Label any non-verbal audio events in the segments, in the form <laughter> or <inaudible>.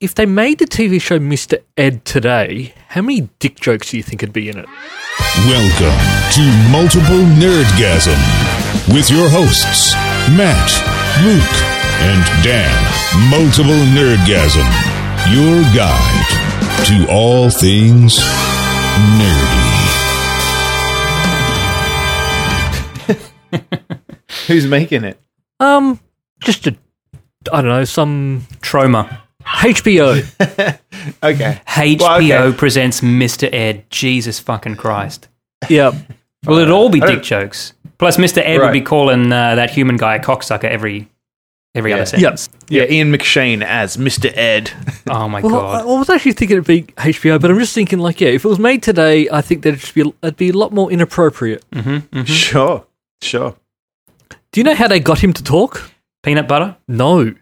If they made the TV show Mr. Ed today, how many dick jokes do you think would be in it? Welcome to Multiple Nerdgasm with your hosts, Matt, Luke, and Dan. Multiple Nerdgasm, your guide to all things nerdy. Who's making it? Um, just a, I don't know, some Troma. HBO. Okay. HBO Well, okay. presents Mr. Ed. Jesus fucking Christ. <laughs> yeah. Will it all be Uh, I dick don't- jokes? Plus, Mr. Ed Right. would be calling uh, that human guy a cocksucker every every Yeah. other Yeah. sentence. Yeah, Ian McShane as Mr. Ed. Oh my Well, I, I god. was actually thinking it'd be HBO, but I'm just thinking like, yeah, if it was made today, I think that'd just be it'd be a lot more inappropriate. <laughs> Sure. Sure. Do you know how they got him to talk? Peanut butter. No.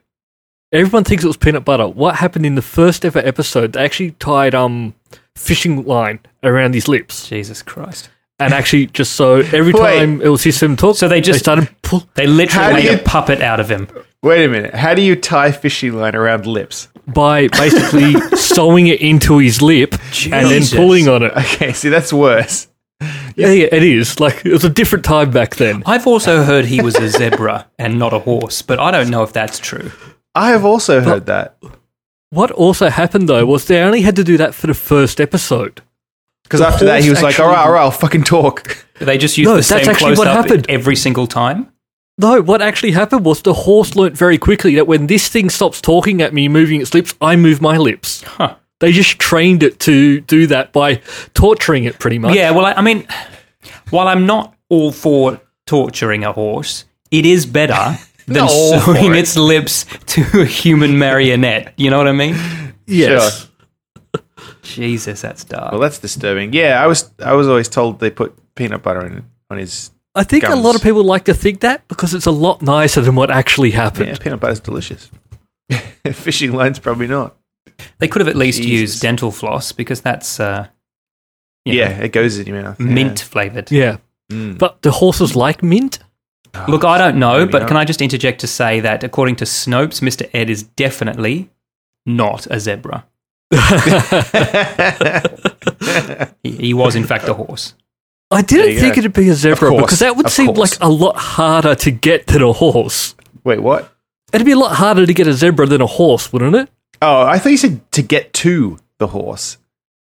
Everyone thinks it was peanut butter. What happened in the first ever episode? They actually tied um fishing line around his lips, Jesus Christ. and actually just so <laughs> every Wait. time it was his him talk, So they just- started pull. They How literally do made you- a puppet out of him. Wait a minute. How do you tie fishing line around lips? by <laughs> basically sewing it into his lip and then Jesus. pulling on it. Okay, see, that's worse. Yeah, yeah, it is. Like it was a different time back then. I've also heard he <laughs> was a zebra and not a horse, but I don't know if that's true. I have also heard that. What also happened though was they only had to do that for the first episode. Because after that, he horse was like, all actually- right, all right, I'll fucking talk. They just used No, the that's same actually close what up happened. every single time. No, what actually happened was the horse learnt very quickly that when this thing stops talking at me, moving its lips, I move my lips. Huh. They just trained it to do that by torturing it pretty much. Yeah, well, I, I mean, while I'm not all for torturing a horse, it <laughs> is better than Not all for sewing it. its lips to a human marionette. You know what I mean? Yes. Jesus, that's dark. Well, that's disturbing. Yeah, I was I was always told they put peanut butter in on his. I think a Gums. lot of people like to think that because it's a lot nicer than what actually Yeah, happened. peanut butter's delicious. <laughs> fishing line's probably not. they could have at least Jesus. used dental floss because that's uh, you know, Yeah, it goes in your mouth. yeah. mint flavored. Yeah. Mm. But the horses like mint? Look, I don't know, Maybe but not. can I just interject to say that according to Snopes, Mr. Ed is definitely not a zebra. He, he was, in <laughs> fact, a horse. I There didn't you think go. it'd be a zebra course, because that would of seem course. like a lot harder to get than a horse. <laughs> Wait, what? It'd be a lot harder to get a zebra than a horse, wouldn't it? Oh, I thought you said to get to the horse.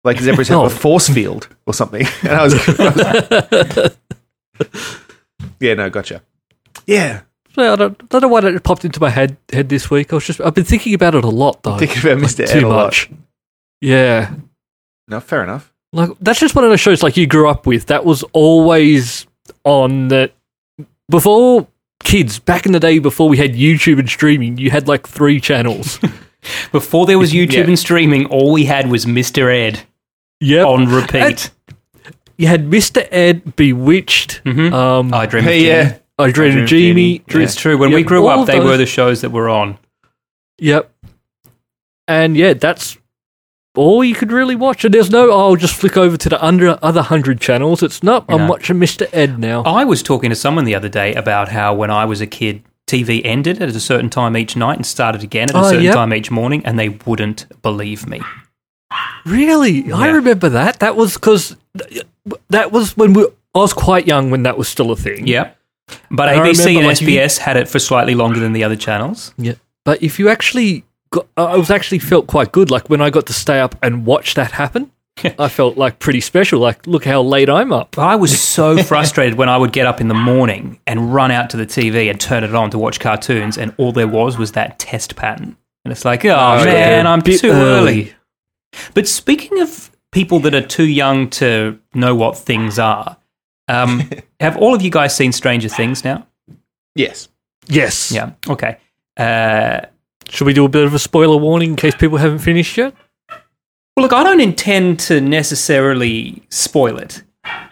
Like zebras <laughs> No. have a force field or something. <laughs> And I was, <laughs> Yeah, no, gotcha. Yeah. So I don't, don't know why that popped into my head head this week. I was just I've been thinking about it a lot though. Thinking about Mr. Ed too a lot. much. Yeah. No, fair enough. Like that's just one of those shows like you grew up with. That was always on that before kids, back in the day before we had YouTube and streaming, you had like three <laughs> channels. Before there was YouTube Yeah. and streaming, all we had was Mr. Ed yep. on repeat. you had Mr. Ed, Bewitched, Mm-hmm. um, I dream of Hey, Jimmy. yeah. I Dream of Genie, Dream- It's true. When we Yep. grew All up, of they those- were the shows that were on. Yep. And yeah, that's all you could really watch. And there's no, oh, I'll just flick over to the under other hundred channels. It's not. I'm No. watching Mr. Ed now. I was talking to someone the other day about how when I was a kid, TV ended at a certain time each night and started again at a Oh, certain yep. time each morning, and they wouldn't believe me. really? I Yeah. remember that. That was because that was when we. I was quite young when that was still a thing. Yeah. But And I ABC remember, and like, you- SBS had it for slightly longer than the other channels. Yeah. But if you actually, got, I was actually felt quite good. Like when I got to stay up and watch that <laughs> happen, I felt like pretty special. Like, look how late I'm up. But I was so frustrated when I would get up in the morning and run out to the TV and turn it on to watch cartoons, and all there was was that test pattern. And it's like, oh, man, yeah. I'm Bit too early. early. But speaking of people that are too young to know what things are, um, have all of you guys seen Stranger Things now? Yes. Yes. Yeah. Okay. Uh, Should we do a bit of a spoiler warning in case people haven't finished yet? Well, look, I don't intend to necessarily spoil it,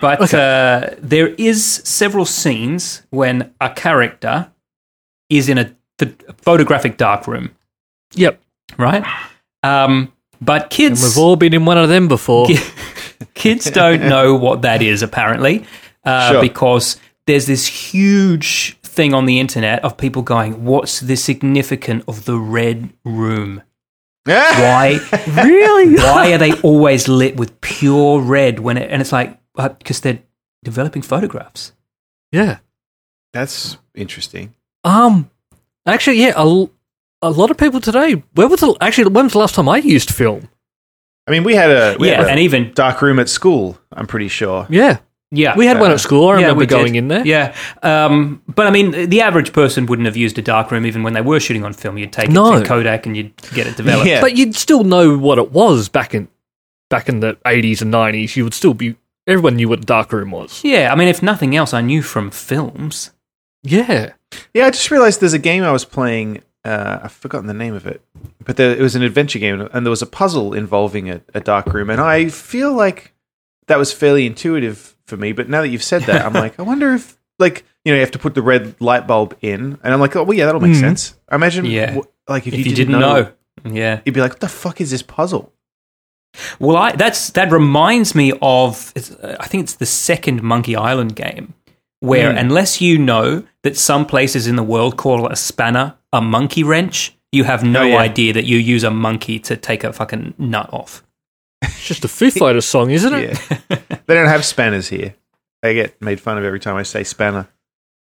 but uh, there is several scenes when a character is in a th- photographic dark room, Yep. right? Um, but <laughs> kids, We've all been in one of them before. kids don't know what that is apparently, uh, Sure. because there's this huge thing on the internet of people going, "What's the significance of the red room?" Why? <laughs> really? Why are they always lit with pure red when it? And it's like because they're developing photographs. Yeah. That's interesting. Um. Actually, yeah. A, l- a lot of people today. Where was the, actually? When was the last time I used film? I mean, we had a we yeah, had and a even dark room at school. I'm pretty sure. Yeah. yeah, Uh, We had one at school. I Yeah, remember we did. going in there. Yeah, um, but I mean, the average person wouldn't have used a darkroom even when they were shooting on film. You'd take it No. to Kodak and you'd get it developed. Yeah. But you'd still know what it was back in back in the eighties and nineties. You would still be. Everyone knew what a dark room was. Yeah, I mean, if nothing else, I knew from films. Yeah. Yeah, I just realized there's a game I was playing. Uh, I've forgotten the name of it, but there, it was an adventure game, and there was a puzzle involving a, a dark room. And I feel like that was fairly intuitive for me. But now that you've said <laughs> that, I'm like, I wonder if, like, you know, you have to put the red light bulb in, and I'm like, oh, well, yeah, that'll make sense. I imagine, Hmm. Yeah. wh- like, if, If, you, didn't know. Yeah. you'd be like, what the fuck is this <laughs> puzzle? Well, I, that's that reminds me of. It's, uh, I think it's the second Monkey Island game, Hmm. where unless you know that some places in the world call a spanner a monkey wrench, you have no Oh, yeah. idea that you use a monkey to take a fucking nut off. It's just a Foo Fighters song, isn't it? Yeah, <laughs> they don't have spanners here. I get made fun of every time I say spanner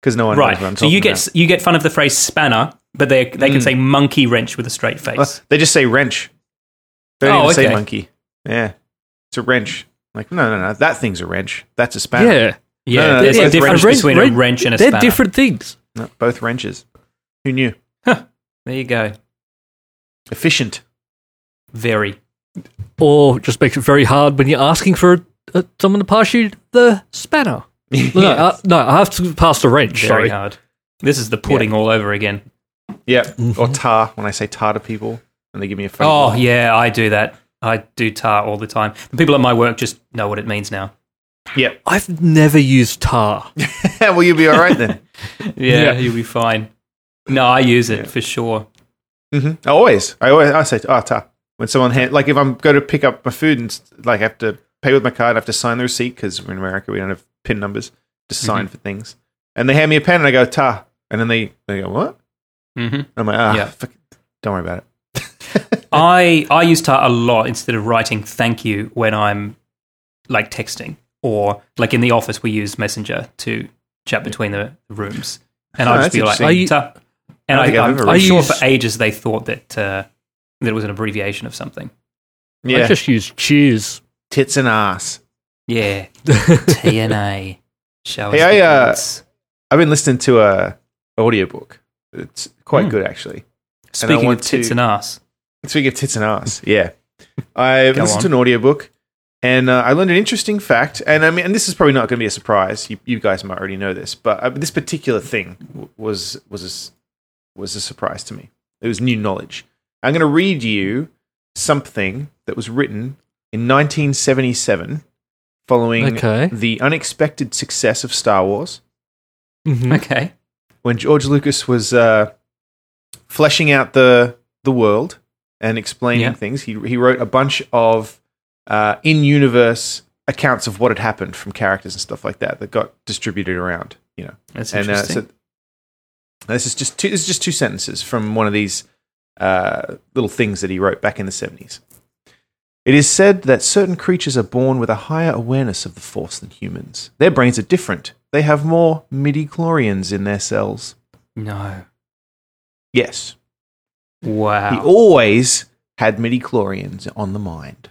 because no one knows what I'm right. So talking you get about. Hmm. s you get fun of the phrase spanner, but they they can say monkey wrench with a straight Uh, face. <laughs> they just say wrench. They don't Oh, even say okay. monkey. Yeah. It's a wrench. Like, no, no, no. That thing's a wrench. That's a Yeah. spanner. yeah, no, no, there's it's a like difference wrench- between wrench- a wrench and a They're spanner. different things. No, both wrenches. Who knew? There you go. Efficient. <laughs> Very. Or just makes it very hard when you're asking for uh, someone to pass you the spanner. No, uh, no, I have to pass the wrench. sorry. Very hard. This is the pudding all over again. Yeah. Or tar when I say tar to people and they give me a phone. Mm-hmm. Oh yeah, I do that. I do tar all the time. The people at my work just know what it means now. Yeah. <laughs> I've never used tar. well, you'll be all right then. <laughs> Yeah, Yeah. you'll be fine. No, I use it for sure. Mm-hmm. I always. I always I say, oh, tar. When someone, hand, like, if I'm going to pick up my food and, like, I have to pay with my card, I have to sign the receipt because in America we don't have PIN numbers to Mm-hmm. sign for things. And they hand me a pen and I go, tar. And then they, they go, what? hmm I'm like, ah, Yeah. fuck it. don't worry about it. I I use tar a lot instead of writing thank you when I'm like texting or like in the office we use Messenger to chat between the rooms, and Oh, I'll just that's be like interesting. Are you- tar. And I I, don't think I've I, am ever I'm read sure that. for ages they thought that uh, that it was an abbreviation of something. I just use cheers. <laughs> tits and ass. Yeah, TNA. Show us Hey, I, the uh, goods. I've been listening to a audiobook. It's quite good actually. I Speaking of want tits to- and ass, Speaking of tits and ass, <laughs> yeah. I've Go listened to on. an audiobook and uh, I learned an interesting fact. And I mean, and this is probably not going to be a surprise. You, you guys might already know this, but uh, this particular thing w- was was a, s- was a surprise to me. It was new knowledge. I'm going to read you something that was written in 1977, following Okay. the unexpected success of Star Wars. Mm-hmm. Mhm. okay, when George Lucas was uh, fleshing out the the world and explaining Yeah. things, he he wrote a bunch of uh, in universe accounts of what had happened from characters and stuff like that that got distributed around. You know, that's and uh, interesting. so now this is just two, this is just two sentences from one of these uh, little things that he wrote back in the seventies. It is said that certain creatures are born with a higher awareness of the force than humans. Their brains are different. They have more midichlorians in their cells. no, Yes. He wow, always had midichlorians on the mind.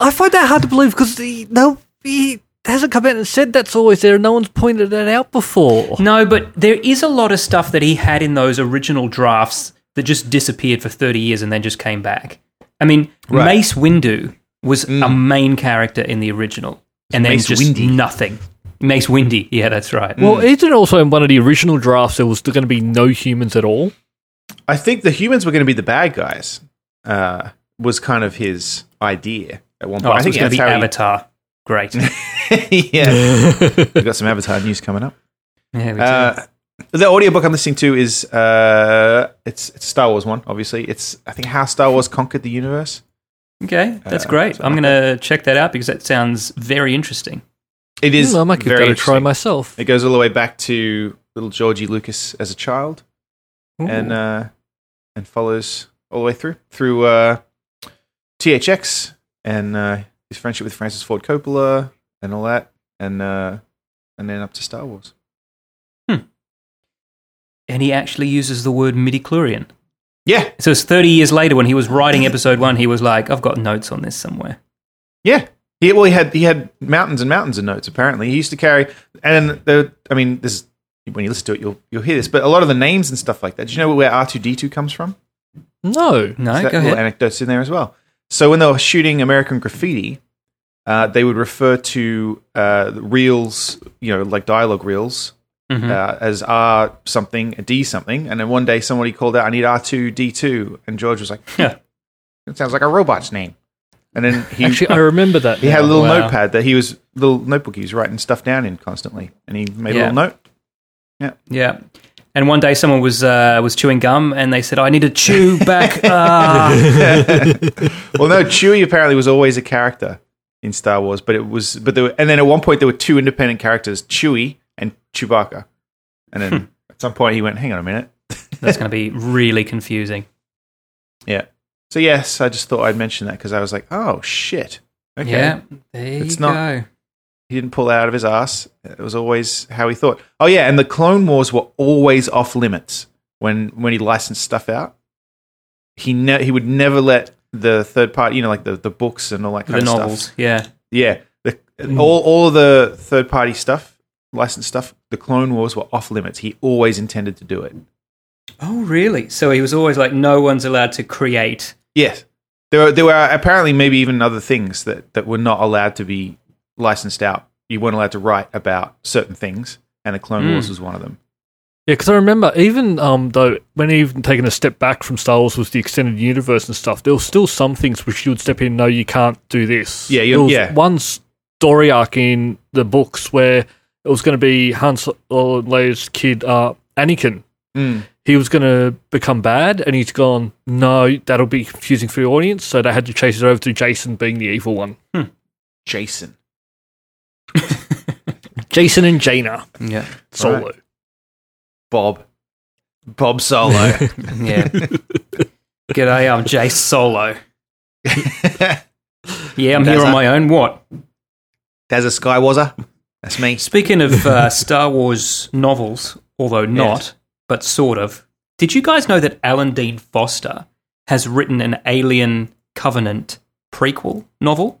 I find that hard to believe because no, he hasn't come out and said that's always there. No one's pointed that out before. Hmm. no, but there is a lot of stuff that he had in those original drafts that just disappeared for thirty years and then just came back. I mean, Right. Mm. Mace Windu was a main character in the original, and then Mace just Windy. nothing. Mace Windy, yeah, that's right. Well, isn't also in one of the original drafts there was going to be no humans at all? I think the humans were going to be the bad guys, uh, was kind of his idea at one oh, point. I think it's going that's to how be he- Avatar. <laughs> Great. <laughs> yeah. We've got some Avatar news coming up. Yeah, we do. Uh, the audiobook I'm listening to is uh, it's, it's a Star Wars one, obviously. It's I think How Star Wars Conquered the Universe. okay, that's uh, great. I'm going to check that out because that sounds very interesting. It is Hmm, I might give very that a try interesting. myself. It goes all the way back to little Georgie Lucas as a child. and uh, and follows all the way through through uh, THX and uh, his friendship with Francis Ford Coppola and all that, and uh, and then up to Star Wars. And he actually uses the word midichlorian. Yeah, So it's 30 years later when he was writing episode one, he was like, I've got notes on this somewhere. Yeah. He, well, he had he had mountains and mountains of notes. Apparently, he used to carry, and the I mean, this is, when you listen to it, you'll you'll hear this. But a lot of the names and stuff like that. Do you know where R two D two comes from? No. There's No, that go little ahead. anecdotes in there as well. So when they were shooting American Graffiti, uh, they would refer to uh, reels, you know, like dialogue reels, Mm-hmm. uh, as R something, a D something, and then one day somebody called out, "I need R two D 2 and George was like, Yeah. "It sounds like a robot's name," and then he Actually, I remember that. <laughs> He had a little Wow. notepad that he was little notebook he was writing stuff down in constantly, and he made Yeah. a little note. <laughs> Yeah. And one day someone was uh, was chewing gum and they said, I need to <laughs> chew back. Uh. Well, no, Chewie apparently was always a character in Star Wars, but it was but there were, and then at one point there were two independent characters, Chewie and Chewbacca, and Hmm. then at some point he went, "Hang on a minute." That's going to be really confusing. Yeah. So yes, I just thought I'd mention that because I was like, "Oh shit." Okay. Yeah. There It's you not- go. He didn't pull that out of his ass. It was always how he thought. Oh yeah, and the Clone Wars were always off limits when when he licensed stuff out. He ne- he would never let the third party, you know, like the, the books and all that kind The of novels. Mm. stuff. Yeah. Yeah, the, all all the third party stuff, licensed stuff. The Clone Wars were off limits. He always intended to do it. Oh, really? So he was always like, no one's allowed to create. Yes, there were, there were apparently maybe even other things that that were not allowed to be licensed out. You weren't allowed to write about certain things, and the Mm. Clone Wars was one of them. Yeah, because I remember even um, though when even taking a step back from Star Wars was the extended universe and stuff, there were still some things which you would step in. No, you can't do this. Yeah, you- there was yeah. One story arc in the books where it was going to be Han Solo's Leia's kid, uh, Anakin. Mm. He was going to become bad, and he's gone. No, that'll be confusing for the audience. So they had to chase it over to Jason being the evil one. Jason. Jason and Jaina Yeah. Solo. Right. Bob. <laughs> Bob Solo. Yeah. <laughs> G'day, I'm Jay Solo. Yeah, I'm here That's on a- my own. What? There's a Skywazzer. That's me. Speaking of uh, Star Wars novels, although not, but sort of, did you guys know that Alan Dean Foster has written an Alien Covenant prequel novel?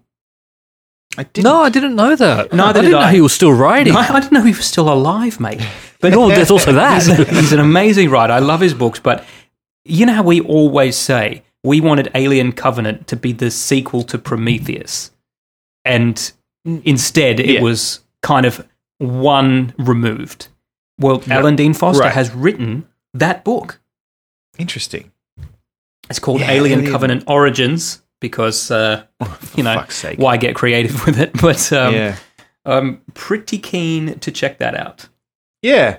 I didn't. No, I didn't know that. Neither I didn't did know I. he was still <laughs> writing. I, I didn't know he was still alive, mate. But oh, there's also He's, <laughs> that. he's an amazing writer. I love his books, but you know how we always say we wanted Alien Covenant to be the sequel to Prometheus, and instead it Yeah. was kind of one removed. Well, Alan Dean Foster Right. has written that book. Interesting. It's called Yeah, Alien, Alien- Oh, Covenant Origins because uh, you know fuck's sake. why get creative <laughs> with it. But um, yeah. I'm pretty keen to check that out. Yeah.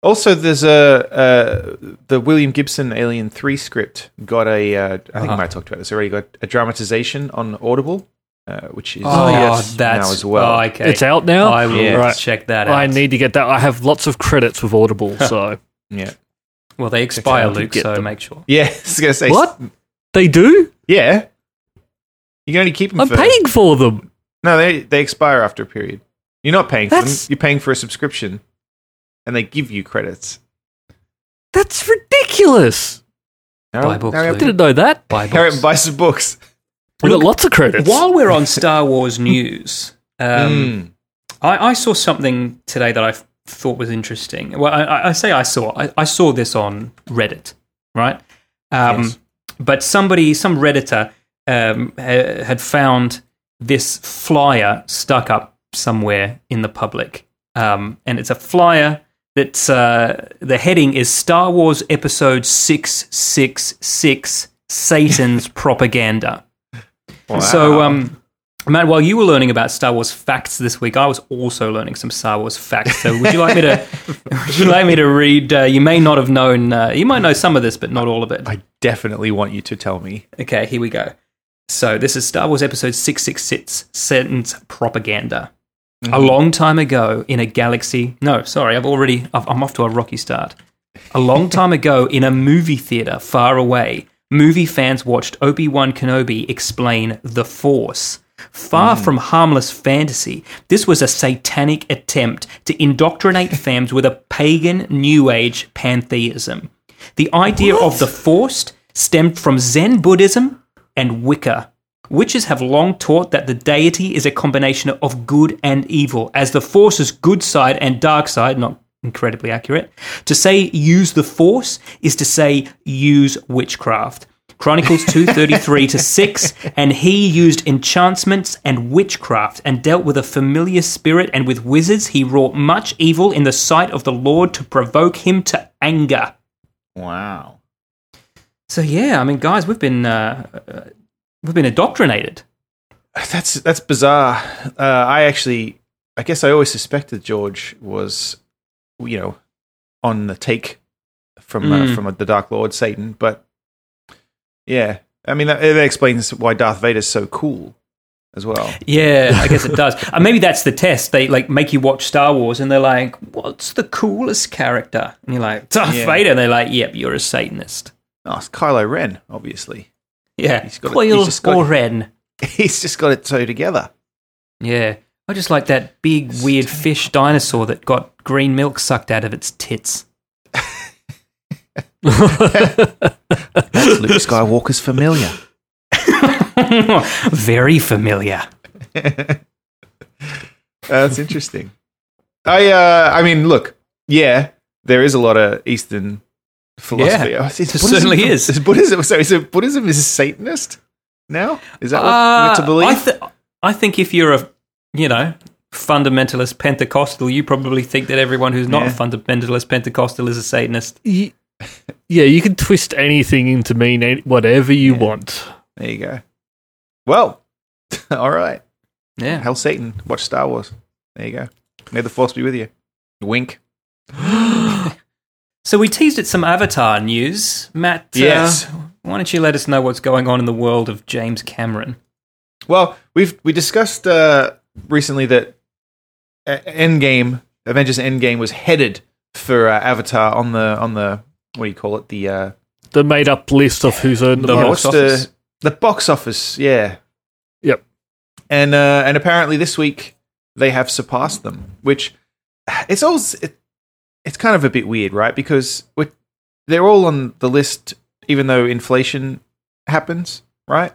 Also, there's a uh, the William Gibson Alien Three script got a. Uh, I think I Uh-huh. might have talked about this already. Got a dramatization on Audible, uh, which is Oh, yes. that's now as well. oh, okay. It's out now. I will Yeah. Right. check that out. I need to get that. I have lots of credits with Audible, so yeah. <laughs> Well, they expire, out to Luke. get So them. make sure. Yeah. I was gonna say what they do? Yeah. You can only keep them. I'm for, paying for them. No, they they expire after a period. You're not paying for That's- them. You're paying for a subscription, and they give you credits. That's ridiculous. No, Buy books, no, I didn't know that. Buy Harriet books. buy some books. <laughs> We got lots of credits. <laughs> While we're on Star Wars <laughs> news, um, Mm. I, I saw something today that I f- thought was interesting. Well, I- I, I say I saw. I, I saw this on Reddit, right? Um, Yes. But somebody, some redditor, um, ha- had found this flyer stuck up somewhere in the public, um, and it's a flyer that's uh, the heading is Star Wars Episode Six Six Six Satan's Propaganda. So, Wow. um, Matt, while you were learning about Star Wars facts this week, I was also learning some Star Wars facts. So, would you like me to? <laughs> would you like me to read? Uh, you may not have known. Uh, you might know some of this, but not all of it. I definitely want you to tell me. Okay, here we go. So, this is Star Wars Episode Six Six Six: Sentence Propaganda. A long time ago, in a galaxy. No, sorry, I've already. I've, I'm off to a rocky start. A long time ago, in a movie theater far away, movie fans watched Obi Wan Kenobi explain the Force. Far from harmless fantasy, this was a satanic attempt to indoctrinate fans with a pagan New Age pantheism. The idea of the Force stemmed from Zen Buddhism and Wicca. Witches have long taught that the deity is a combination of good and evil, as the Force's good side and dark side, not incredibly accurate. To say use the Force is to say use witchcraft. Chronicles 233 to 6, and he used enchantments and witchcraft and dealt with a familiar spirit and with wizards. He wrought much evil in the sight of the Lord to provoke him to anger. Wow. So, yeah, I mean, guys, we've been, uh, uh, we've been indoctrinated. That's that's bizarre. Uh, I actually, I guess I always suspected George was, you know, on the take from uh, Mm. from the Dark Lord Satan, but yeah, I mean that, that explains why Darth Vader's so cool as well. Yeah, <laughs> I guess it does. and maybe that's the test. They like make you watch Star Wars, and they're like, "What's the coolest character?" And you're like, "Darth Yeah. Vader." And they're like, "Yep, you're a Satanist." Oh, it's Kylo Ren, obviously. <laughs> Yeah, He's got a- Coil he's just got a- or Ren. He's just got it so together. <coughs> Yeah, I just like that big weird fish dinosaur that got green milk sucked out of its tits. <laughs> That's Luke Skywalker's familiar. Very familiar. Uh, That's interesting. I uh, I mean, look, yeah, there is a lot of Eastern philosophy. Yeah, Oh, is there Buddhism- certainly is. Is Buddhism so? Is it, Buddhism is Satanist now? Is that what we're to Uh, believe? I, th- I think if you're a, you know, fundamentalist Pentecostal, you probably think that everyone who's not Yeah. a fundamentalist Pentecostal is a Satanist. Y- yeah, you can twist anything into mean any- whatever you want. there you go. Well, <laughs> all right. Yeah. Hell, Satan. Watch Star Wars. There you go. May the force be with you. Wink. So we teased at some Avatar news. Matt, uh, Yes. why don't you let us know what's going on in the world of James Cameron? Well, we've we discussed uh, recently that uh, Endgame, Avengers Endgame, was headed for uh, Avatar on the on the what do you call it? The uh, The made up list of who's earned the The yeah, most. box what's office. the the box office? Yeah, Yep. and uh, and apparently this week they have surpassed them, which <sighs> it's all it, it's kind of a bit weird, right? Because we're, they're all on the list, even though inflation happens, right?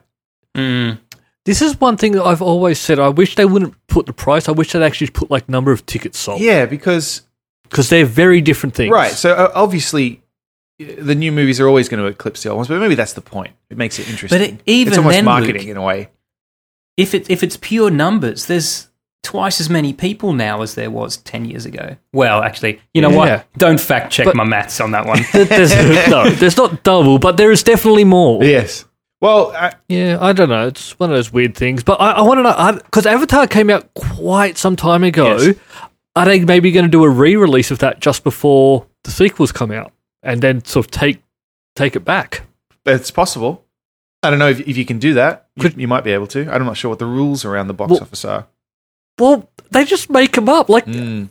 Hmm. Mm. This is one thing that I've always said. I wish they wouldn't put the price. I wish they'd actually put like number of tickets sold Yeah, because because they're very different things. Right. So uh, obviously, uh, the new movies are always going to eclipse the old ones, but maybe that's the point. It makes it interesting. But it- even it's almost then, marketing Luke- in a way. If it if it's pure numbers, there's twice as many people now as there was ten years ago. Well, actually, you know Yeah. what? Don't fact check But- my maths on that one. <laughs> Th- There's, <laughs> no, there's not double, but there is definitely more. Yes. Well, I, Yeah, I don't know. It's one of those weird things. But I, I want to know because Avatar came out quite some time ago. Yes. Are they maybe going to do a re-release of that just before the sequels come out, and then sort of take take it back? it's possible. I don't know if, if you can do that. You, Could- you might be able to. I'm not sure what the rules around the box Well- office are. Well, they just make them up. Like oh. Mm.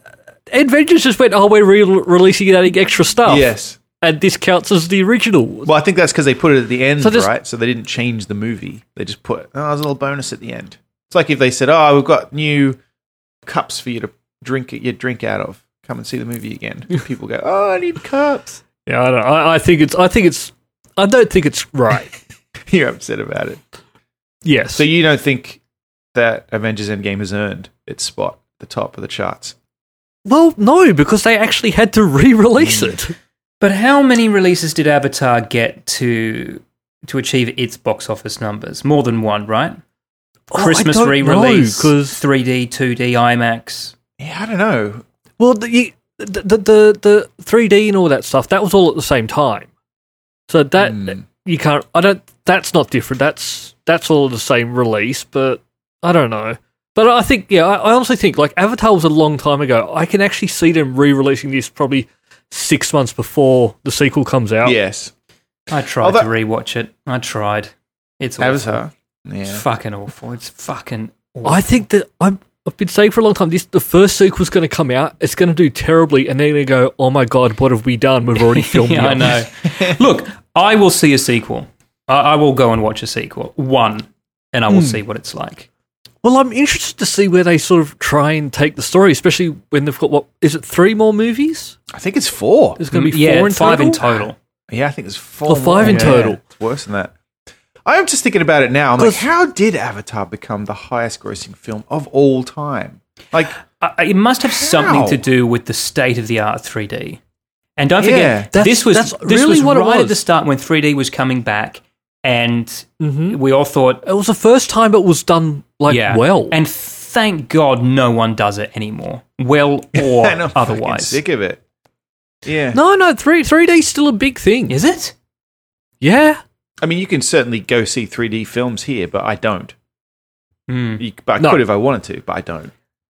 Adventures just went, oh, we're re-releasing it adding extra stuff. Yes. and this counts as the original. Well, I think that's because they put it at the end, So just- right? So they didn't change the movie. They just put, oh, there's a little bonus at the end. It's like if they said, oh, we've got new cups for you to drink your drink out of. Come and see the movie <laughs> again. People go, oh, I need cups. Yeah, I don't. I, I think it's. I think it's. I don't think it's right. <laughs> You're upset about it. yes. So you don't think that Avengers Endgame has earned its spot at the top of the charts? well, no, because they actually had to re-release Mm. it. But how many releases did Avatar get to to achieve its box office numbers? More than one, right? Oh, I Christmas don't know, re-release, 'cause- 3D, 2D, IMAX. Yeah, I don't know. Well, the, you, the the the the 3D and all that stuff that was all at the same time. So that you can't. I don't. That's not different. That's that's all the same release, but I don't know. But I think yeah, I, I honestly think like Avatar was a long time ago. I can actually see them re-releasing this probably six months before the sequel comes out. Oh. Yes, I tried Although- to rewatch it. I tried. It's awful. Avatar. It's Yeah, fucking awful. It's fucking awful. I think that I'm, I've been saying for a long time this the first sequel's going to come out. It's going to do terribly, and they're going to <laughs> go, "Oh my god, what have we done? We've already filmed." <laughs> yeah, I it." know. Look, I will see a sequel. I, I will go and watch a sequel, one, and I Hmm. will see what it's like. Well, I'm interested to see where they sort of try and take the story, especially when they've got what is it three more movies? I think it's four. There's going to be Mm, yeah, four in five total. in total. Yeah, I think it's four. Oh, five in more. total. It's worse than that. I'm just thinking about it now. I'm like, 'Cause- how did Avatar become the highest grossing film of all time? <laughs> Like, I- I- it must have something How? to do with the state of the art 3D. And don't Yeah. forget, That's- this was that's this really was what it right was. at the start when 3D was coming back, and Mhm. we all thought, It was the first time it was done like yeah, well. And thank God, no one does it anymore, well <laughs> <laughs> or and I'm fucking otherwise. sick of it. Yeah. no, no, three three D's still a big thing. Is it? Yeah, I mean, you can certainly go see 3D films here, but I don't. Hmm. You, but I No. could if I wanted to, but I <laughs> don't.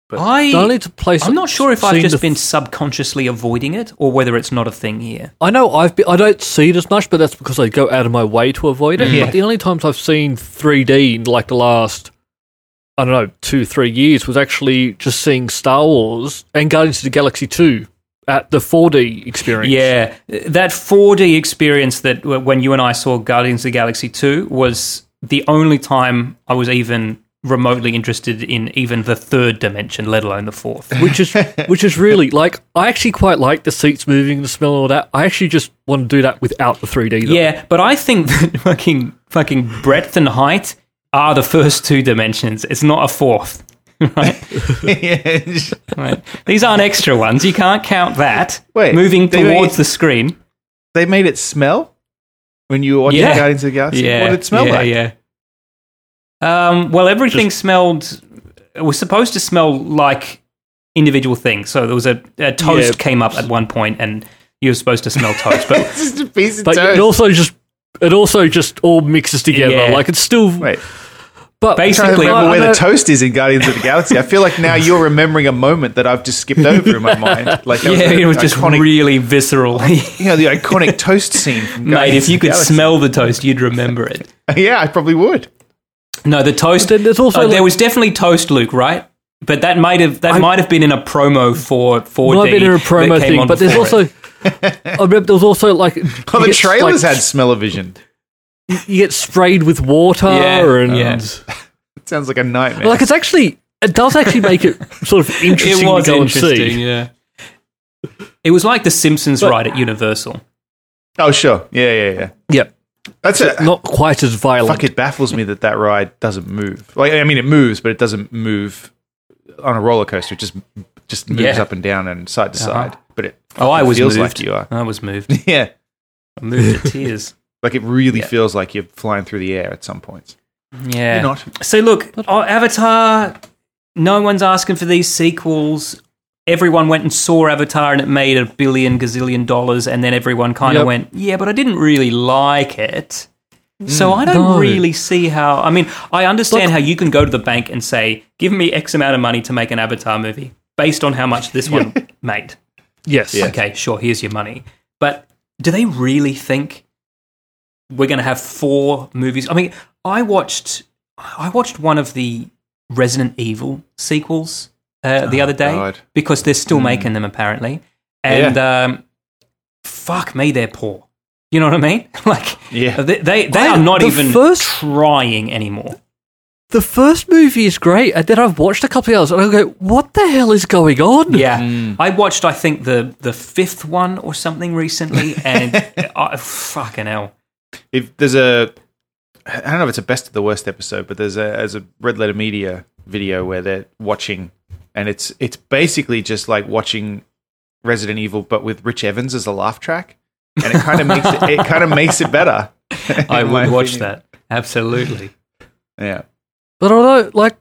But- I I need to place. I'm not sure if I've seen just the- been subconsciously avoiding it or whether it's not a thing here. I know I've been, I don't see it as much, but that's because I go out of my way to avoid it. Yeah. But the only times I've seen 3D in like the last, I don't know, two three years was actually just seeing Star Wars and Guardians of the Galaxy two at the 4D experience. Yeah, that 4D experience that w- when you and I saw Guardians of the Galaxy 2 was the only time I was even remotely interested in even the third dimension, let alone the fourth. <laughs> which is which is really like I actually quite like the seats moving, the smell, and all that. I actually just want to do that without the 3D. Though. yeah, but I think <laughs> that fucking fucking breadth and height are the first two dimensions. It's not a fourth. Right? right. These aren't extra ones. You can't count that. Wait, moving they e were- towards the screen. they made it smell when you were watching Yeah. Guardians of the Galaxy. what did it smell yeah, like? Yeah. Um, well, everything smelled. It was supposed to smell like individual things. So there was a, a toast Yeah. came up at one point, and you were supposed to smell toast. <laughs> But It's just a piece of but toast. it also just it also just all mixes together. Yeah. Like it's still Wait, but Basically- I don't Quickly. remember No, where no. the toast is in Guardians of the Galaxy. I feel like now <laughs> you're remembering a moment that I've just skipped over in my mind. Like that yeah, the it was just iconic, <laughs> really visceral. <laughs> you know, the iconic toast scene. From Mate, Guardians if you of the could Galaxy. smell the toast, you'd remember it. <laughs> yeah, I probably would. No, the toast. But then there's also, uh, like- there was definitely toast, Luke, right? But that might have that I- might have been in a promo for for might have been in a promo thing, but there's also I remember there was also like <laughs> Oh, you the get, trailers like, had smell-o-vision. you get sprayed with water Yeah, and yeah. It sounds like a nightmare. like it's actually it does actually make it sort of <laughs> it interesting was to go and interesting. see. Yeah, it was like the Simpsons ride at Universal. oh, sure. Yeah, yeah, yeah. Yep, That's it. not quite as violent. Fuck, it baffles me that that ride doesn't move. Like, I mean, it moves, but it doesn't move on a roller coaster. It just just moves Yeah. up and down and side to Uh-huh. side. But it <laughs> Oh, I was feels moved. like you are. I was moved. Yeah, I moved to tears. like it really Yeah. feels like you're flying through the air at some points. <laughs> Yeah. You're not. So look, oh, Avatar. No one's asking for these sequels. Everyone went and saw Avatar, and it made a billion gazillion dollars. And then everyone kind of Yep. went, "Yeah, but I didn't really like it." So I don't Mm. No. really see how. I mean, I understand how you can go to the bank and say, "Give me X amount of money to make an Avatar movie based on how much this <laughs> one made." Yes, okay, sure, here's your money. But do they really think we're going to have four movies? I mean, I watched I watched one of the Resident Evil sequels uh, Oh, the other day God. because they're Hmm. still making them apparently, and um, fuck me, they're poor. You know what I mean? <laughs> like, Yeah. they they, they I- are not the even first- trying anymore. the first movie is great, and then I've watched a couple of others, and I go, "What the hell is going on?" Yeah, I watched I think the the fifth one or something recently, <laughs> and I, fucking hell. If there's a, I don't know if it's a best of the worst episode, but there's a there's a red letter media video where they're watching, and it's it's basically just like watching Resident Evil, but with Rich Evans as a laugh track, and it kind of makes it, it kind of makes it better. I in my would watch opinion. that. Absolutely. <laughs> Yeah. But although, like,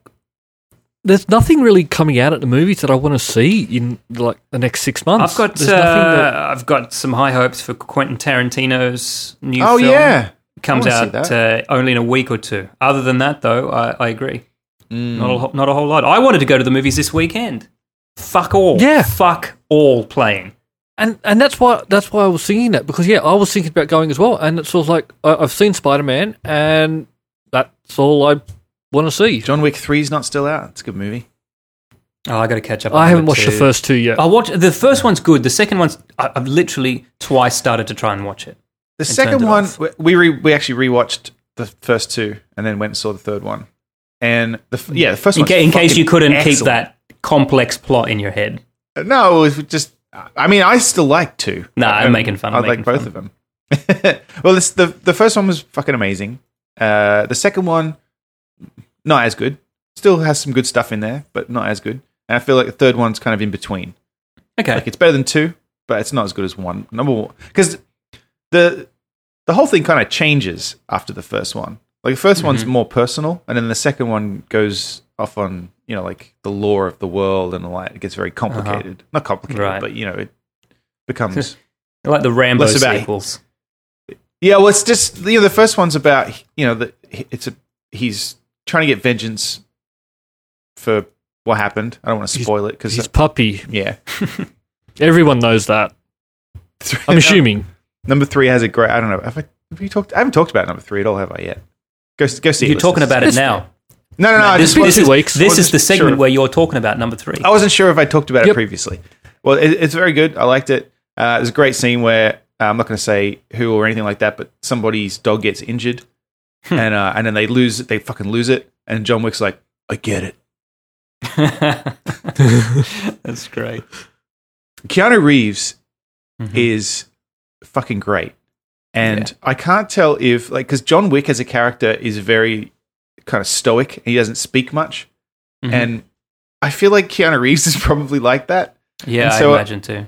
there's nothing really coming out at the movies that I want to see in like the next six months. <laughs> I've got There's uh, nothing I've got some high hopes for Quentin Tarantino's new oh film. yeah. comes I out wanna see uh, only in a week or two. Other than that, though, I, I agree. Not a, whole- not a whole lot. I wanted to go to the movies this weekend. Fuck all. Yeah. Fuck all playing. and and that's why that's why I was thinking that because yeah, I was thinking about going as well, and it's sort of like I, I've seen Spider Man, and that's all I want to see. John Wick Three's not still out. It's a good movie. Oh, I got to catch up. on I haven't number watched the two. first Oh, two yet. I watch the first one's good. The second one's I, I've literally twice started to try and watch it. The turned second it one, off. we- we re, we actually rewatched the first two and then went and saw the third one. And the f- yeah, the first In, one. ca- in case you couldn't keep that complex plot in your head. Uh, No, it was just. I mean, I still like two. Nah, I'm Um, making fun, I I'm like making both of them. <laughs> well, this, the the first one was fucking amazing. Uh, the second one, not as good. Still has some good stuff in there, but not as good. And I feel like the third one's kind of in between. Okay. Like it's better than two, but it's not as good as one. Number one, because the the whole thing kind of changes after the first one. Like the 1st Mm-hmm. one's more personal, and then the second one goes off on you know like the law of the world and like it gets very Uh-huh. complicated. Not complicated, Right. but you know it becomes. <laughs> like the Rambo Less about- sequels. Yeah, well, it's just you know the first one's about you know that it's a he's trying to get vengeance for what happened. I don't want to He's- spoil it because His puppy. yeah, <laughs> Everyone knows that. I'm assuming. number three has a great. I don't know. Have I have you talked? I haven't talked about number three at all, have I yet? Go s- go see. it, You're talking listeners. about it now. No, no, no. I, This, just been wasn't, this is, two weeks. this is Wasn't the segment sure. where you're talking about number three. <laughs> I wasn't sure if I talked about it Yep. previously. Well, it, it's very good. I liked it. Uh, there's a great scene where uh, I'm not going to say who or anything like that, but somebody's dog gets injured, Hmm. and uh, and then they lose. They fucking lose it, and John Wick's like, I get it. That's great. Keanu Reeves Mm-hmm. is fucking great. And I can't tell if, like, because John Wick as a character is very kind of stoic. He doesn't speak much. Mhm. And I feel like Keanu Reeves is <laughs> probably like that. Yeah, And so- I imagine too.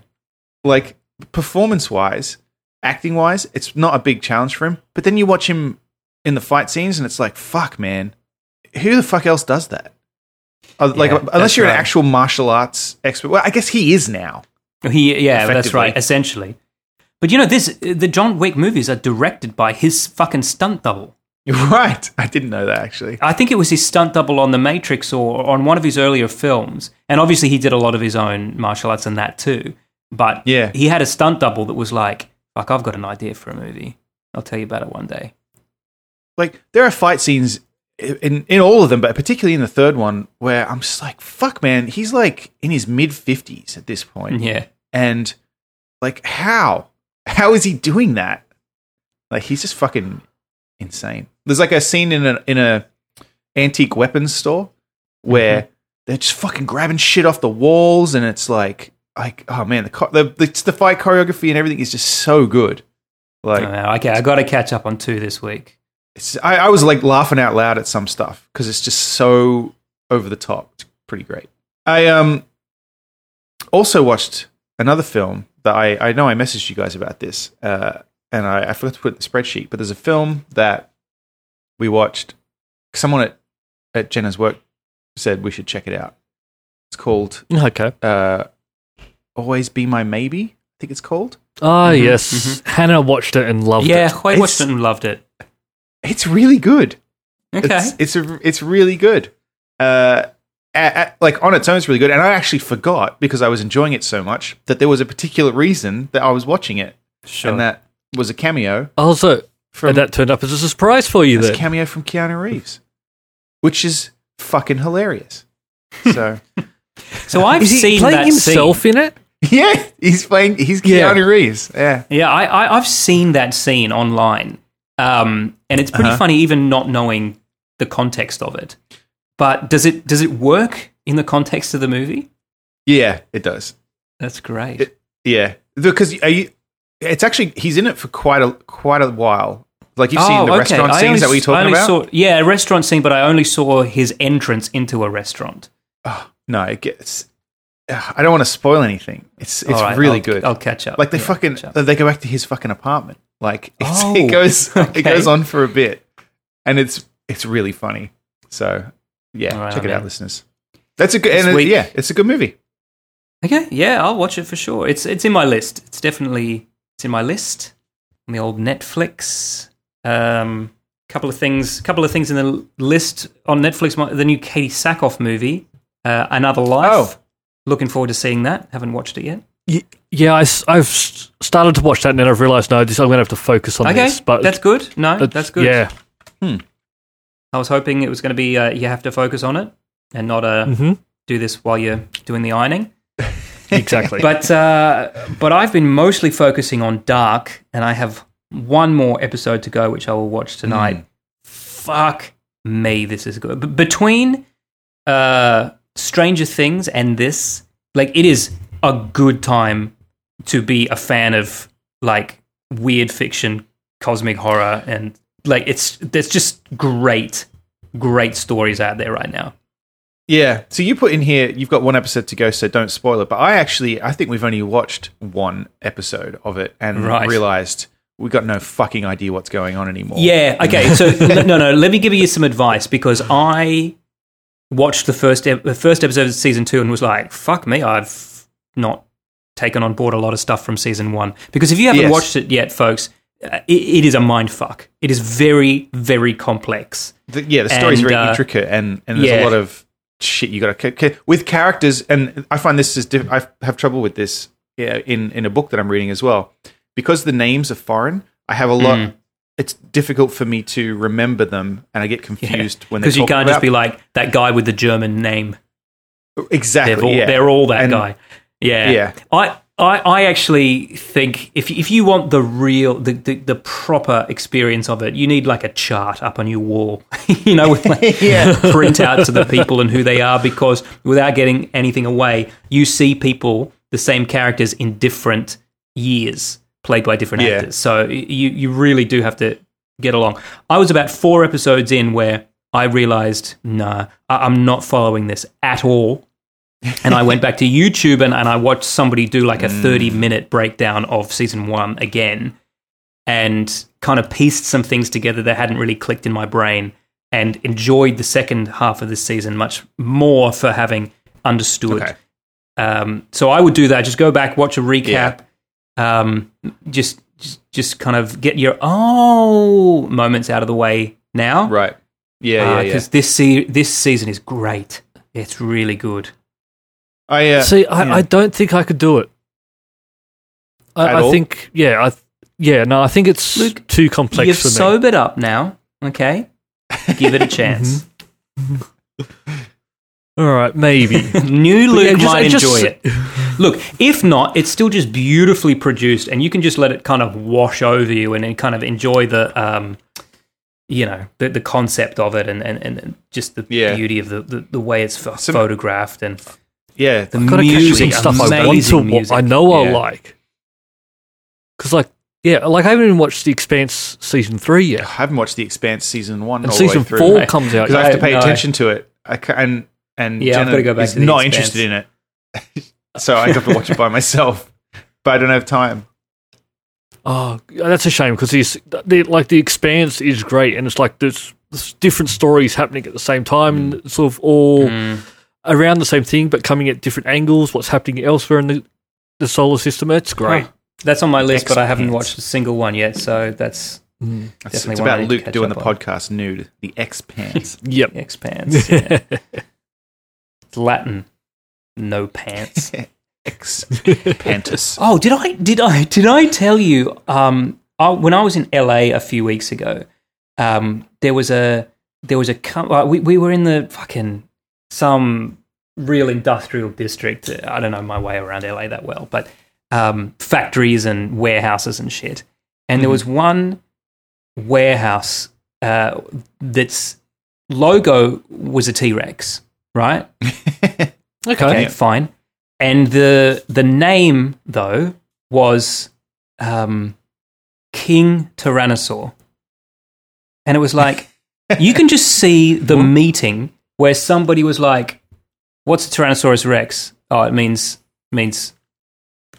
Like, performance wise, acting wise, it's not a big challenge for him. But then you watch him in the fight scenes and it's like, fuck, man, who the fuck else does that? Uh, Like, Yeah, unless that's you're an right. actual martial arts expert. Well, I guess he is now. <laughs> He, yeah, that's right. Effectively. Essentially, but you know, this the John Wick movies are directed by his fucking stunt double. Right. I didn't know that, actually. I think it was his stunt double on The Matrix or on one of his earlier films, and obviously he did a lot of his own martial arts and that too. But Yeah. he had a stunt double that was like, "Fuck, I've got an idea for a movie. I'll tell you about it one day." like there are fight scenes in in all of them, but particularly in the third one, where I'm just like, fuck, man, he's like in his mid fifties at this point, Yeah, and like how how is he doing that? Like he's just fucking insane. There's like a scene in a in a antique weapons store where they're just fucking grabbing shit off the walls, and it's like like oh man, the cho- the the, the fight choreography and everything is just so good. Like I know. okay, I got to catch up on two this week. it's, I, I was like laughing out loud at some stuff because it's just so over the top. It's pretty great. I um also watched another film that I, I know I messaged you guys about this, uh, and I, I forgot to put it in the spreadsheet. But there's a film that we watched. Someone at at Jenna's work said we should check it out. It's called Okay. uh, "Always Be My Maybe." I think it's called. Ah, yes. Hannah watched it and loved Mm-hmm. yeah, it. I It's- watched it and loved it. It's really good. Okay, It's it's, a, it's really good. Uh, a- a- like on its own, it's really good. And I actually forgot because I was enjoying it so much that there was a particular reason that I was watching it, sure. and that was a cameo Also, from and that turned up as a surprise for you it's a then. cameo from Keanu Reeves, which is fucking <laughs> hilarious. So so I've Is he seen playing that scene. himself in it? yeah, he's playing. He's Yeah. Keanu Reeves. Yeah, Yeah, I, I, I've seen that scene online, um, and it's pretty Uh-huh. funny, even not knowing the context of it. But does it does it work in the context of the movie? yeah, it does. That's great. It- yeah, because are you, it's actually he's in it for quite a quite a while. Like you've seen the restaurant Oh, I scenes only- that we I talking only about. Saw, yeah, a restaurant scene, but I only saw his entrance into a restaurant. Oh, no, it gets. Ugh, I don't want to spoil anything. It's it's All right, really I'll- good. I'll catch up. like they Yeah, fucking catch up. they go back to his fucking apartment. Like <laughs> it's, Oh, it goes <laughs> okay. it goes on for a bit, and it's it's really funny. So yeah, All right, check it I'm out, in. listeners. That's a good and it, Sweet. yeah, it's a good movie. Okay, yeah, I'll watch it for sure. It's it's in my list. It's definitely it's in my list. On the old Netflix. Um couple of things couple of things in the l- list on Netflix my, the new Katie Sackhoff movie, uh, Another Life. Oh. Looking forward to seeing that. Haven't watched it yet. Y- Yeah, I, have started to watch that and then I've realised, no, this, I'm going to have to focus on Okay, this. But that's good. No, but- that's, good. Yeah. I was hoping it was going to be uh, you have to focus on it and not uh, Mhm. do this while you're doing the ironing. Exactly. <laughs> But uh, but I've been mostly focusing on Dark, and I have one more episode to go, which I will watch tonight. Fuck me, this is good. But between uh, Stranger Things and this, like, it is a good time to be a fan of like weird fiction, cosmic horror, and like it's there's just great, great stories out there right now. Yeah. So you put in here, you've got one episode to go, so don't spoil it. But I actually, I think we've only watched one episode of it and Right. realized we got no fucking idea what's going on anymore. Yeah. Okay. So <laughs> l- no, no. Let me give you some advice because I watched the first ep- the first episode of season two and was like, "Fuck me, I've not taken on board a lot of stuff from season one." Because if you haven't Yes. watched it yet, folks, uh, it, it is a mind fuck. It is very, very complex. The, yeah. The story's And, very uh, intricate, and and there's yeah. a lot of shit you got to with characters. And I find this is diff- I have trouble with this yeah, in in a book that I'm reading as well because the names are foreign. I have a lot. Mm. It's difficult for me to remember them, and I get confused when Because you can't just be like like that guy with the German name. exactly. They're all, yeah. they're all that And- guy. Yeah. Yeah. I, I, I actually think if, if you want the real, the, the, the proper experience of it, you need like a chart up on your wall, <laughs> you know, <laughs> with like <laughs> printouts of the people and who they are, because without getting anything away, you see people, the same characters in different years played by different Yeah. actors. So y- you, you really do have to get along. I was about four episodes in where I realized, nah, I, I'm not following this at all and I went back to YouTube and, and I watched somebody do like a Mm. 30 minute breakdown of season one again and kind of pieced some things together that hadn't really clicked in my brain and enjoyed the second half of this season much more for having understood. Okay. Um, so I would do that. Just go back, watch a recap, um, just, just just kind of get your oh moments out of the way now right. Yeah, yeah, yeah. because this se- this season is great. It's really good. I uh, See, I, I don't think I could do it. At I, I all? think, yeah, I, th- yeah, no, I think it's Luke, too complex You've for me. sobered up now, okay? <laughs> Give it a chance. All right, <laughs> maybe. New Mm-hmm. Luke yeah, just- might it just- enjoy it. Look, if not, it's still just beautifully produced, and you can just let it kind of wash over you and, then kind of enjoy the, um, you know, the, the concept of it and, and, and just the Yeah. beauty of the, the, the way it's ph Some- photographed and Oh, yeah. the Gotta catch music. some stuff I want to amazing watch. music. I know I Yeah. like. Because, like, yeah, like I haven't even watched The Expanse season three I yet, haven't watched the Expanse season one and all the season way through four I- comes out. because I have to I- pay no. attention to it. I ca- and and Yeah, I've Jenna gotta go back is to The not Expanse. interested in it, <laughs> so I have to watch it by myself. But I don't have time. Oh, that's a shame because he's the, like the Expanse is great, and it's like there's, there's different stories happening at the same time, and it's sort of all Mm. around the same thing, but coming at different angles. What's happening elsewhere in the, the solar system? It's great. Huh. Oh, That's on my list, but I haven't Expanse. watched a single one yet. So that's Mm. It's, Definitely it's one I about need to Luke catch doing the up on. podcast nude, the <laughs> Expanse. Yep. expanse. Yeah. <laughs> It's Latin, <laughs> no pants. Expantus. <laughs> oh, did I did I did I tell you? Um, I, when I was in LA a few weeks ago, um, there was a there was a com- uh, we we were in the fucking some real industrial district. I don't know my way around LA that well, but um, factories and warehouses and shit. And there was one warehouse uh, that's logo was a T Rex, right? Okay. <laughs> Okay, fine. And the the name though was um, King Tyrannosaur, and it was like you can just see the meeting where somebody was like, "What's a Tyrannosaurus Rex? Oh, it means means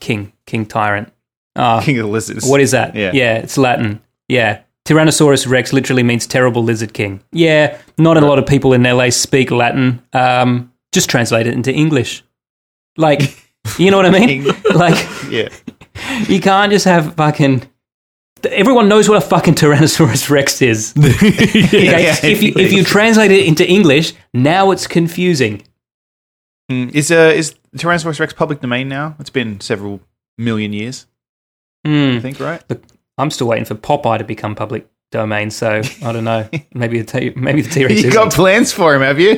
King King Tyrant. Ah, King of the Lizards. what is that? Yeah. yeah, it's Latin. Yeah." Tyrannosaurus Rex literally means terrible lizard king. Yeah, not a lot of people in LA speak Latin. Um, just translate it into English. <laughs> Like, you know what I mean? <laughs> like, Yeah. you can't just have fucking. Everyone knows what a fucking Tyrannosaurus Rex is. Okay, <laughs> yeah, if, you, if you translate it into English, now it's confusing. Mm, Is uh is Tyrannosaurus Rex public domain now? It's been several million years, I Mm. think, right? <laughs> Look, I'm still waiting for Popeye to become public domain, so I don't <laughs> know. Maybe the T maybe the T Rex You is got plans for him, have you?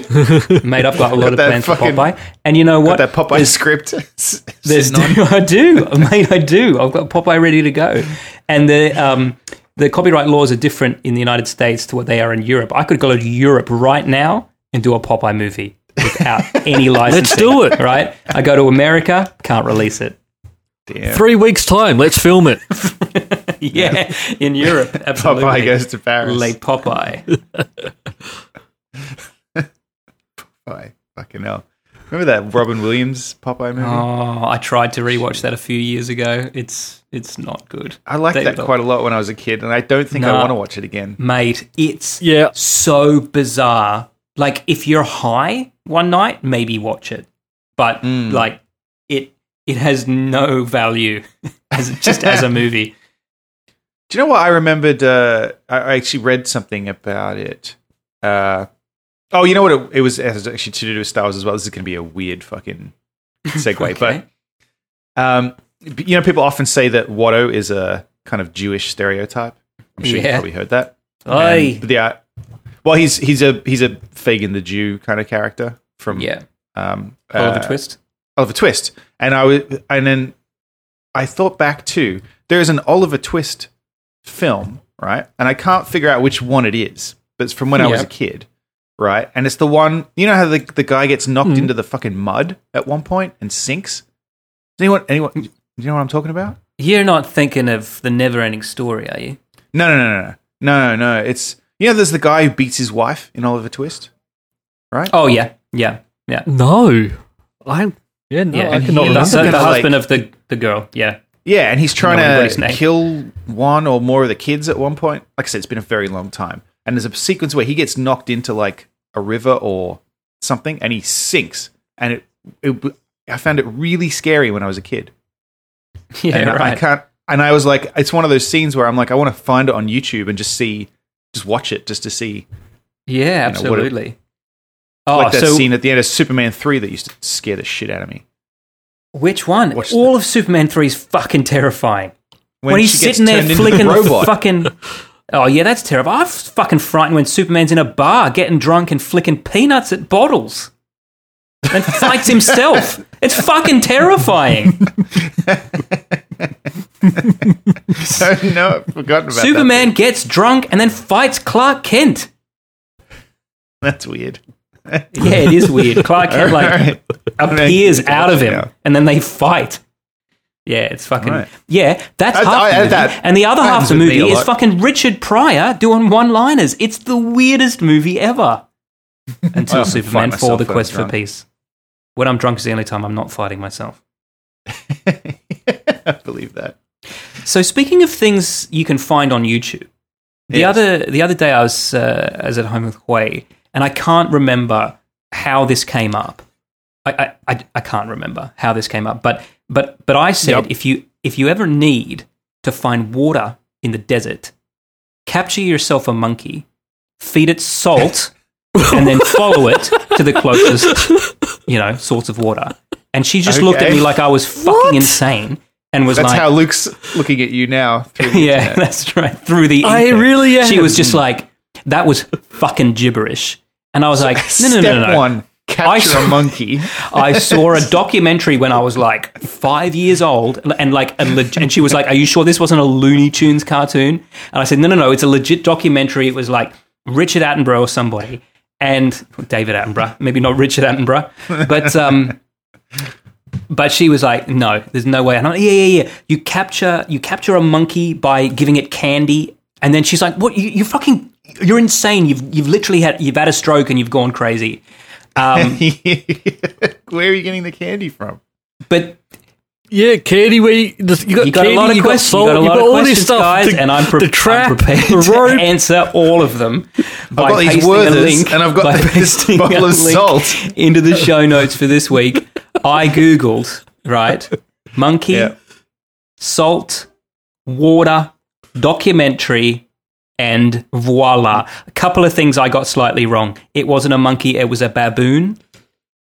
made. I've got a lot of that plans fucking- for Popeye, and you know what? that Popeye <laughs> There's- script. <laughs> <laughs> There's <laughs> I do, mate. I do. I've got Popeye ready to go, and the um, the copyright laws are different in the United States to what they are in Europe. I could go to Europe right now and do a Popeye movie <laughs> without any license. do it. right? I go to America, can't release it. Damn. Three weeks time. Let's film it. <laughs> Yeah, in Europe, <laughs> absolutely. Popeye goes to Paris. late <laughs> Popeye. Popeye. Fucking hell. Remember that Robin Williams Popeye movie? Oh, I tried to rewatch that a few years ago. It's it's not good, I liked They- that quite a lot when I was a kid, and I don't think I Nah. want to watch it again. mate. It's Yeah. so bizarre. Like if you're high one night, maybe watch it. But Hmm. like it it has no value <laughs> as just as a movie. Do you know what I remembered? Uh, I I actually read something about it. Uh, oh, you know what? It, it was it has actually to do with Star Wars as well. This is going to be a weird fucking <laughs> segue, Okay. but um, b- you know, people often say that Watto is a kind of Jewish stereotype. I'm sure you've Yeah. probably heard that. Um, Aye. And- yeah. uh, Well, he's he's a he's a Fagin the Jew kind of character from Yeah. um, Oliver uh, Twist. Oliver Twist. And I was, and then I thought back too. There is an Oliver Twist film, right? And I can't figure out which one it is, but it's from when I was Yeah. a kid, right? And it's the one you know how the, the guy gets knocked into the fucking mud at one point and sinks. Does anyone, anyone, do you know what I'm talking about? You're not thinking of the never ending story, are you? No, no, no, no, no, no, no. It's you know, there's the guy who beats his wife in Oliver Twist, right? Oh yeah. Yeah. Yeah. No. I. Yeah. No. Yeah. I and cannot he- remember. the, the Kinda like- husband of the, the girl. <laughs> Yeah. Yeah, and he's trying know everybody's to name. kill one or more of the kids at one point. Like I said, it's been a very long time. And there's a sequence where he gets knocked into like a river or something, and he sinks. And it, it I found it really scary when I was a kid. <laughs> Yeah. and I right. can't. And I was like, it's one of those scenes where I'm like, I want to find it on YouTube and just see, just watch it, just to see. yeah, you know, what it- absolutely. oh, like that so scene at the end of Superman three that used to scare the shit out of me. which one? Watch All of Superman 3 is fucking terrifying. when, he's she gets sitting there turned into the flicking the, <laughs> fucking. Oh yeah, that's terrible. I'm fucking frightened when Superman's in a bar getting drunk and flicking peanuts at bottles and <laughs> fights himself. It's fucking terrifying. no, I've forgotten about That. Superman gets drunk and then fights Clark Kent. That's weird. Yeah, it is weird. Clark Kent like Alright. appears out of him Yeah. and then they fight. Yeah, it's fucking Alright. yeah. That's I- half I- the movie, that- and the other that half of the happens with me movie a is lot. fucking Richard Pryor doing one-liners. It's the weirdest movie <laughs> ever. Until often Superman fight myself Four: The when I'm Quest for drunk. Peace. When I'm drunk is the only time I'm not fighting myself. I <laughs> believe that. So speaking of things you can find on YouTube, the Yes. other the other day I was uh, I was at home with Hui, and I can't remember how this came up. I, I, I, I can't remember how this came up, but but but I said Yep. if you if you ever need to find water in the desert, capture yourself a monkey, feed <laughs> it salt, and then follow it to the closest you know source of water. And she just looked at Okay. me like I was fucking insane and was That's like, how Luke's looking at you now. through the <laughs> yeah, internet. that's right. Through the I ether. really am. She was just like, that was fucking gibberish. And I was <laughs> like, no, no, Step no, no, no. one: capture I- a <laughs> monkey. <laughs> I saw a documentary when I was like five years old, and like a leg- and she was like, "Are you sure this wasn't a Looney Tunes cartoon?" And I said, "No, no, no, it's a legit documentary. It was like Richard Attenborough or somebody, and David Attenborough, maybe not Richard Attenborough, but um." But she was like, "No, there's no way." And I'm like, "Yeah, yeah, yeah. You capture you capture a monkey by giving it candy, and then she's like, "What? You, you fucking you're insane. You've you've literally had you've had a stroke and you've gone crazy." Where are you getting the candy from? <laughs> But Yeah, candy. We this, you got, You got candy, a lot of you questions. Got salt, you got a lot of all questions, this stuff. guys, the, and I'm, pre- the trap, I'm prepared <laughs> the rope. to answer all of them by got these pasting a Werthers, link. and I've got by this <laughs> pasting a bottle of link salt. into the show notes for this week. I googled right monkey Yeah. salt water documentary. And voila. A couple of things I got slightly wrong. It wasn't a monkey, it was a baboon.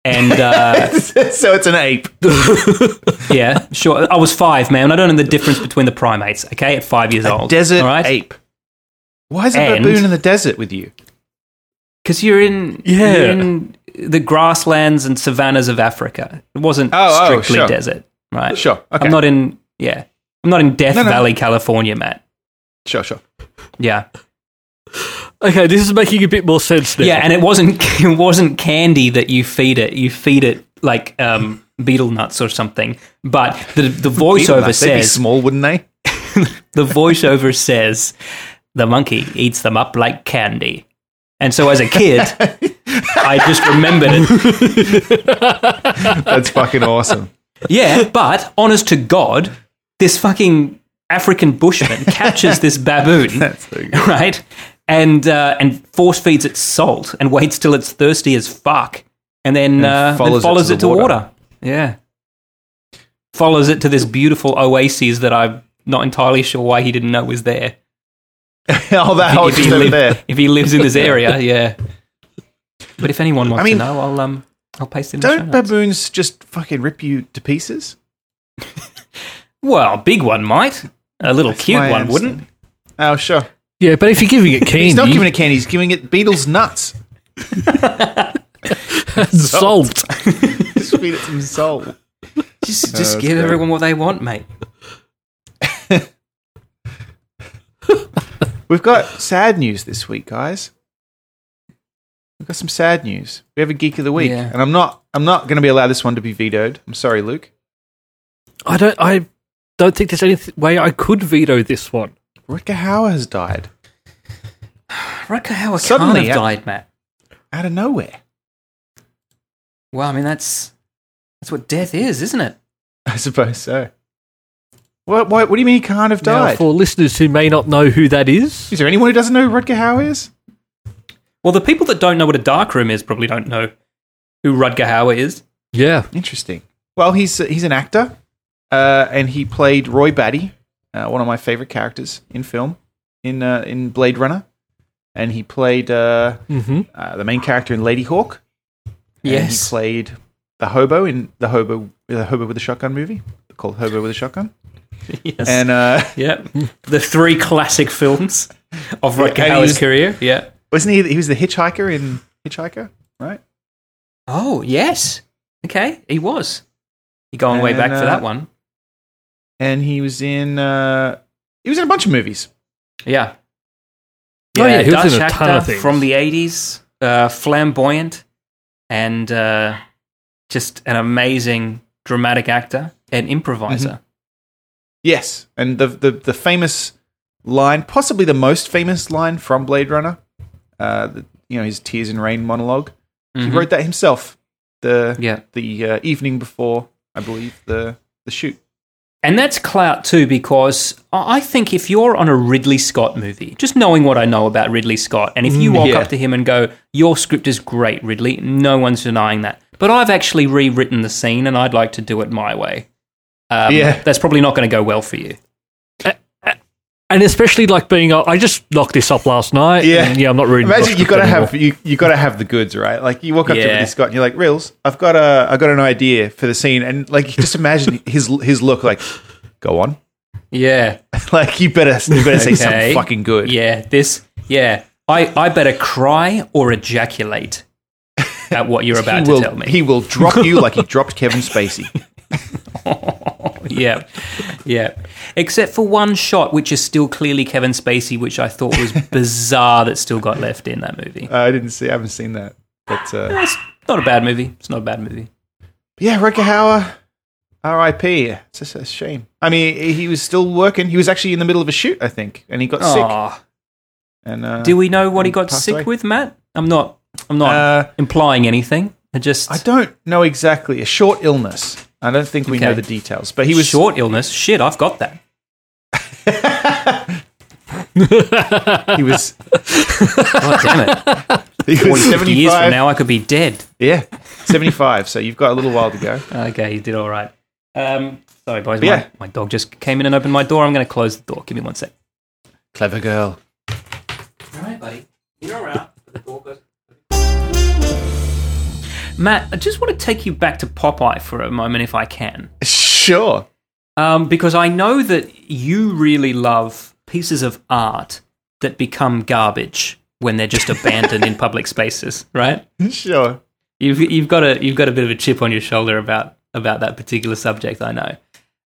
And uh, so it's an ape. yeah, sure. I was five, man. I don't know the difference between the primates. Okay, at five years old, Desert all right? ape. Why is a And- baboon in the desert with you? because you're in Yeah. you're in the grasslands and savannas of Africa. It wasn't Oh, oh, strictly sure. desert, right? Sure. Okay. I'm not in yeah. I'm not in Death No, no, no. Valley, California, Matt. Sure. Sure. Yeah, Okay, this is making a bit more sense now. yeah, and it wasn't <laughs> it wasn't candy that you feed it. You feed it like um, beetle nuts or something. But the the Beetle voiceover nuts, They'd be says small, wouldn't they? the voiceover says the monkey eats them up like candy. And so as a kid, I just remembered it That's fucking <laughs> awesome. Yeah, but honest to God, this fucking African bushman catches <laughs> this baboon, That's so good. right? And uh, and force feeds it salt and waits till it's thirsty as fuck, and then uh, follows follows, it follows to it the to, water. water. Yeah, follows it to this beautiful oasis that I'm not entirely sure why he didn't know was there. oh, that hole just he over liv- there. if he <laughs> lives in this area, yeah. But if anyone wants mean, to know, I'll um I'll paste it. In the show Don't notes. baboons just fucking rip you to pieces? well, a big one might. A little cute my one answer. wouldn't. Oh, sure. Yeah, but if you're giving it candy, He's not giving it candy. He's giving it beetles nuts. <laughs> salt. Just feed it some salt. <laughs> Just, just Oh, that's give great. everyone what they want, mate. We've got sad news this week, guys. We've got some sad news. We have a geek of the week, Yeah. and I'm not. I'm not going to be allowed this one to be vetoed. I'm sorry, Luke. I don't. I don't think there's any th- way I could veto this one. Rutger Hauer has died Rutger Hauer can't Suddenly, have yeah. died, Matt. out of nowhere. <laughs> Well, I mean that's that's what death is, isn't it? I suppose so. What? What, what do you mean he can't have Now, died? for listeners who may not know who that is, Is there anyone who doesn't know who Rutger Hauer is? Well, the people that don't know what a dark room is probably don't know who Rutger Hauer is. yeah, Interesting. Well, he's he's an actor, uh, and he played Roy Batty, uh, one of my favorite characters in film, in uh, in Blade Runner, and he played uh, mm-hmm. uh, the main character in Lady Hawk. and he played the hobo in the hobo the hobo with a shotgun movie called Hobo with a Shotgun, yes. and uh, yep. The three classic films of Rutger and he Hauer's was- career. Yeah. wasn't he? He was the hitchhiker in Hitchhiker, right? Oh yes. Okay, he was. You're going way And, back uh, for that one. And he was in uh, he was in a bunch of movies. Yeah. Oh, yeah, he was Dutch in a ton of actor things. from the eighties, uh, flamboyant, and uh, just an amazing dramatic actor and Mm-hmm. improviser. Yes, and the the, the famous line, possibly the most famous line from Blade Runner, uh, the, you know his "Tears and Rain" monolog He Mhm. wrote that himself the Yeah, the uh, evening before, I believe the the shoot. and that's clout too because I I think if you're on a Ridley Scott movie, just knowing what I know about Ridley Scott, and if you walk Mm, yeah. up to him and go, "Your script is great, Ridley," no one's denying that. But I've actually rewritten the scene, and I'd like to do it my way. Um, Yeah. that's probably not going to go well for you. and especially like being. I just knocked this up last night. Yeah. and, yeah. I'm not reading. Imagine Rush you gotta Book have you you gotta have the goods, right? Like you walk up to Yeah. Ridley Scott and you're like, "Reels, I've got a I got an idea for the scene," and like you just <laughs> imagine his his look, like, "Go on." <laughs> Yeah, Like you better, you better say something Okay. fucking good. Yeah, this. Yeah, I, I better cry or ejaculate at what you're <laughs> about he will, to tell me. He will drop you <laughs> like he dropped Kevin Spacey. yeah, yeah. Except for one shot, which is still clearly Kevin Spacey, which I thought <laughs> was bizarre that still got left in that movie. Uh, I didn't see. I haven't seen that. But uh, It's not a bad movie. It's not a bad movie. yeah, Rutger Hauer, R.I.P. It's just a shame. I mean, he was still working. He was actually in the middle of a shoot, I think, and he got sick. Aw. And uh, do we know what he got Passed sick away. with, Matt? I'm not. I'm not Uh, implying anything. I just I don't know exactly. A short illness. I don't think we Okay. know the details. But he he was was short illness. Shit, I've got that. He <laughs> was. <laughs> God damn it! He was Fifty years from seventy-five. now, I could be dead. Yeah, seventy-five. so you've got a little while to go. Okay, you did all right. Um, sorry, boys. But yeah. My, my dog just came in and opened my door. I'm going to close the door. Give me one sec. Clever girl. All right, buddy. You're all right. The door goes. Matt, I just want to take you back to Popeye for a moment, if I can, Sure. um, because I know that you really love pieces of art that become garbage when they're just abandoned in public spaces, right? sure. You've you've got a you've got a bit of a chip on your shoulder about about that particular subject. I know.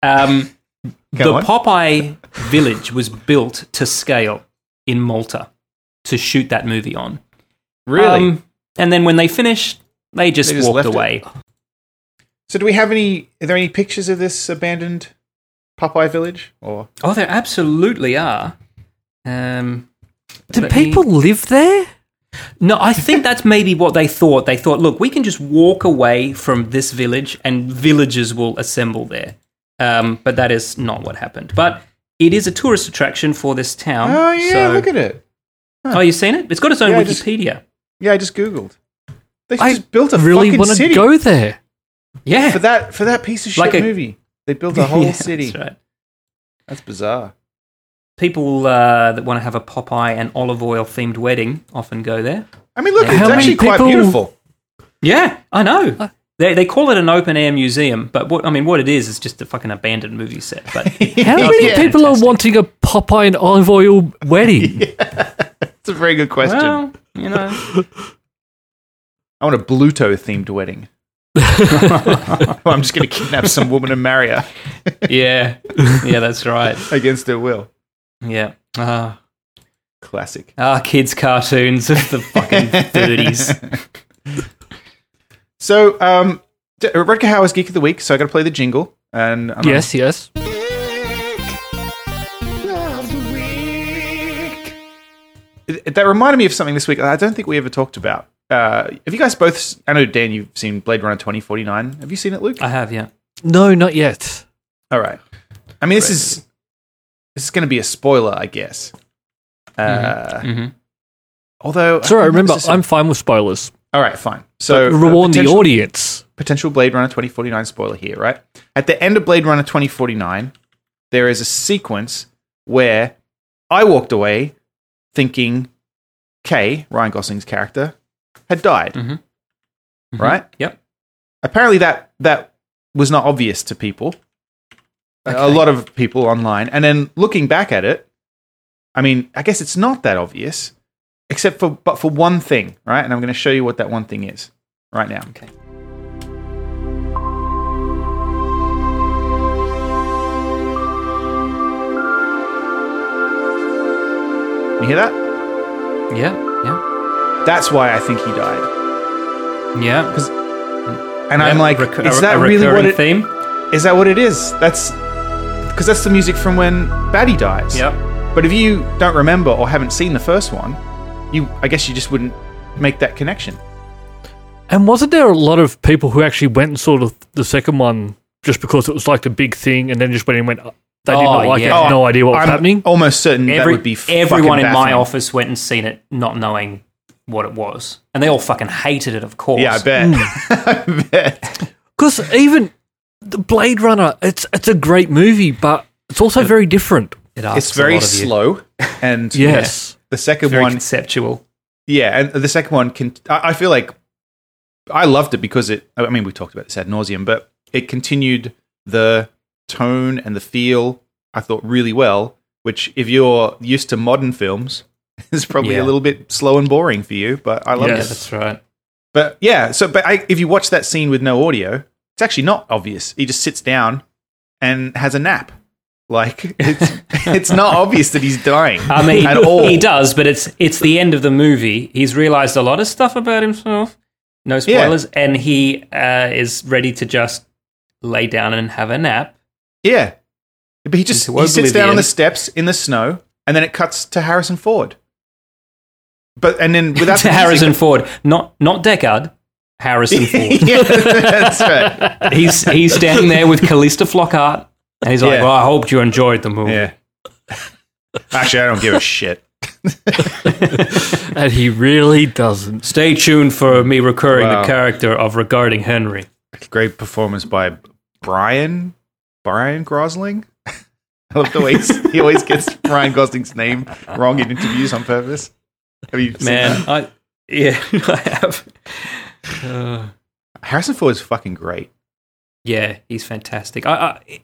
Um, Go the on. Popeye village was built to scale in Malta to shoot that movie on. Really? Um, and then when they finished, they just, They just walked left it. away. so, do we have any? Are there any pictures of this abandoned Popeye village? Or Oh, there absolutely are. Um, Do let me- people live there? No, I think that's maybe what they thought. They thought, look, we can just walk away from this village and villagers will assemble there. Um, but that is not what happened. But it is a tourist attraction for this town. oh yeah, Um, so- look at it. Oh, you've seen it? It's got its own Yeah, I just- Wikipedia. Yeah, I just googled. They I just built a really fucking want to city go there. Yeah. for that for that piece of shit Like a- movie. <laughs> They built <laughs> a whole Yeah, city. That's right. That's bizarre. People uh, that want to have a Popeye and olive oil themed wedding often go there. I mean, look, Yeah. it's How many actually quite people- beautiful. Yeah, I know. Oh. Uh, they, they call it an open air museum, but what I mean, what it is is just a fucking abandoned movie set. But <laughs> <laughs> How many Yeah. people are Fantastic. wanting a Popeye and olive oil wedding? That's a very good question. well, you know, I want a Bluto themed <laughs> wedding. <laughs> I'm just going to kidnap some woman and marry her yeah, <laughs> yeah, that's right. against her will. Yeah. Ah, Classic. ah, kids' cartoons of the <laughs> fucking 30s. So, um, D- Rutger Hauer's Geek of the Week. So I got to play the jingle, and I'm Yes, yes. It- that reminded me of something this week that I don't think we ever talked about. Uh, have you guys both? s- I know Dan, you've seen Blade Runner 2049. Have you seen it, Luke? I have, yeah. No, not yet. All right. I mean, this is this is going to be a spoiler, I guess. Uh, hmm Although, I Mm-hmm. Sorry, don't know, remember, is this a- I'm fine with spoilers. all right. Fine. So, uh, Rewarn the potential- audience. potential Blade Runner 2049 spoiler here, right? At the end of Blade Runner 2049, there is a sequence where I walked away thinking Kay, Ryan Gosling's character, had died. Mhm. Mhm. Right? Yep. Apparently that that was not obvious to people. A lot of people online. And then looking back at it, I mean, I guess it's not that obvious except for but for one thing, right? And I'm going to show you what that one thing is right now. Okay. You hear that? Yeah, yeah, That's why I think he died. yeah. And I'm Yeah, like, rec- a- is a that really what recurring it theme? is that what it is? That's because that's the music from when Batty dies. Yep. But if you don't remember or haven't seen the first one, you I guess you just wouldn't make that connection. And wasn't there a lot of people who actually went and saw the, the second one just because it was like the big thing and then just went and went, they did Oh, not like yeah. it, had no idea what was I'm oh. happening? almost certain that Every, would be fucking everyone in my baffling. office went and seen it, not knowing what it was, and they all fucking hated it, of course. Hmm. Yeah, I bet. <laughs> I bet. Because even the Blade Runner, it's it's a great movie, but it's also very different. It asks It's a very lot of you. slow, and Yes. the second very one conceptual. Yeah, and the second one can. I, I feel like I loved it because it. I mean, we talked about this ad nauseum, but it continued the tone and the feel. I thought really well, which if you're used to modern films, <laughs> is probably a Yeah. little bit slow and boring for you. But I love Yeah. it. Yes. right. But yeah, so but I, if you watch that scene with no audio, it's actually not obvious. He just sits down and has a nap. Like it's <laughs> it's not obvious that he's dying. I <laughs> mean, at all. he does, but it's it's the end of the movie. He's realized a lot of stuff about himself. No spoilers, and he uh, is ready to just lay down and have a nap. <laughs> Yeah. But he just Into he sits down on oblivion. the steps in the snow, and then it cuts to Harrison Ford. But and then <laughs> without to the music- Harrison Ford, not not Deckard, <laughs> Harrison Ford. yeah, that's <laughs> right. he's he's standing there with Callista Flockhart, and he's like, Yeah. "Well, I hoped you enjoyed the movie." Yeah. Actually, I don't give a shit. And he really doesn't. Stay tuned for me recurring Wow. the character of regarding Henry. Great performance by Brian Brian Gosling. <laughs> I love the way he's, he always gets Brian Gosling's name wrong in interviews on purpose. Have you seen that? Man, I yeah, <laughs> I have. Uh, Harrison Ford is fucking great. Yeah, he's fantastic. I, I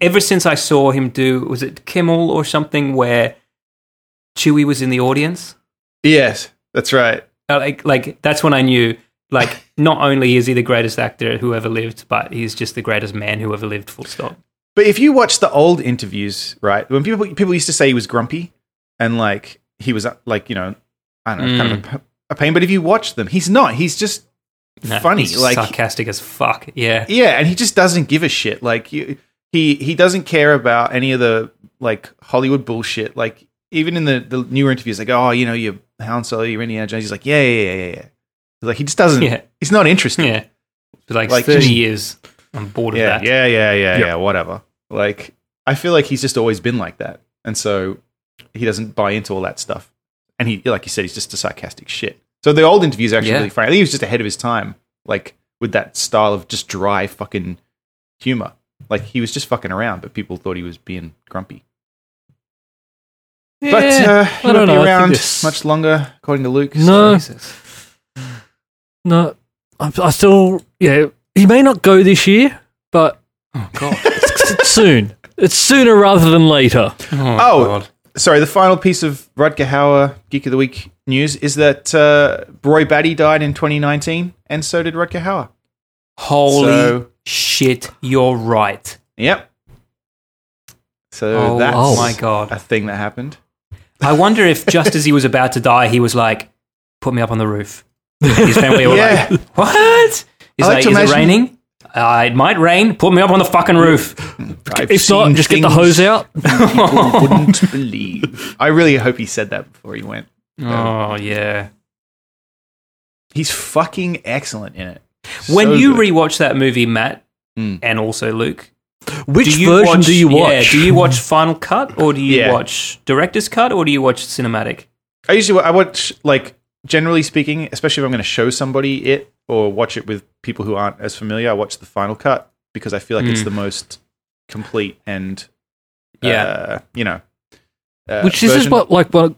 ever since I saw him do was it Kimmel or something where Chewie was in the audience. Yes, that's right. Uh, Like, like that's when I knew. Like, <laughs> not only is he the greatest actor who ever lived, but he's just the greatest man who ever lived. Full stop. But if you watch the old interviews, right, when people people used to say he was grumpy and like he was uh, like you know, I don't know, Mm. kind of a, a pain. But if you watch them, he's not. He's just No, funny, he's like sarcastic as fuck. Yeah, yeah, and he just doesn't give a shit. Like you, he he doesn't care about any of the like Hollywood bullshit. Like even in the the newer interviews, like oh you know you're Han Solo, you're Indiana Jones. He's like yeah yeah yeah yeah. yeah. Like he just doesn't. <laughs> Yeah. He's not interested. <laughs> yeah. For like, Like, thirty just- years, I'm bored of yeah, that. Yeah, yeah, yeah, Yeah. yeah, whatever. Like, I feel like he's just always been like that. And so he doesn't buy into all that stuff. And he, like you said, he's just a sarcastic shit. So the old interviews are actually Yeah. really funny. I think he was just ahead of his time, like, with that style of just dry fucking humor. Like, he was just fucking around, but people thought he was being grumpy. But uh, he I don't won't know, I be think around it's- much longer, according to Luke. No. Oh, Jesus. No, I, I still, yeah, he may not go this year, but Oh <laughs> god. it's, it's soon. It's sooner rather than later. Oh, Oh. God. sorry, the final piece of Rutger Hauer Geek of the Week news is that uh, Roy Batty died in 2019, and so did Rutger Hauer. Holy So- shit! You're right. Yep. So Oh, that's oh my God. a thing that happened. I wonder if just as he was about to die, he was like, "Put me up on the roof." His family were Yeah. like, "What?" He's I like like, to "Is it imagine- raining?" Uh, it might rain. Put me up on the fucking roof. I've If not, seen just get the things hose out. you <laughs> wouldn't believe. I really hope he said that before he went. Oh yeah. He's fucking excellent in it. When So you good. rewatch that movie, Matt, Mm. and also Luke, Which version do you watch? Yeah, do you watch Final Cut or do you Yeah. watch Director's Cut or do you watch Cinematic? I usually I watch like generally speaking, especially if I'm going to show somebody it or watch it with people who aren't as familiar. I watch the final cut because I feel like it's the most complete and Mm. Yeah. uh, you know, uh, Which this is version. what like well,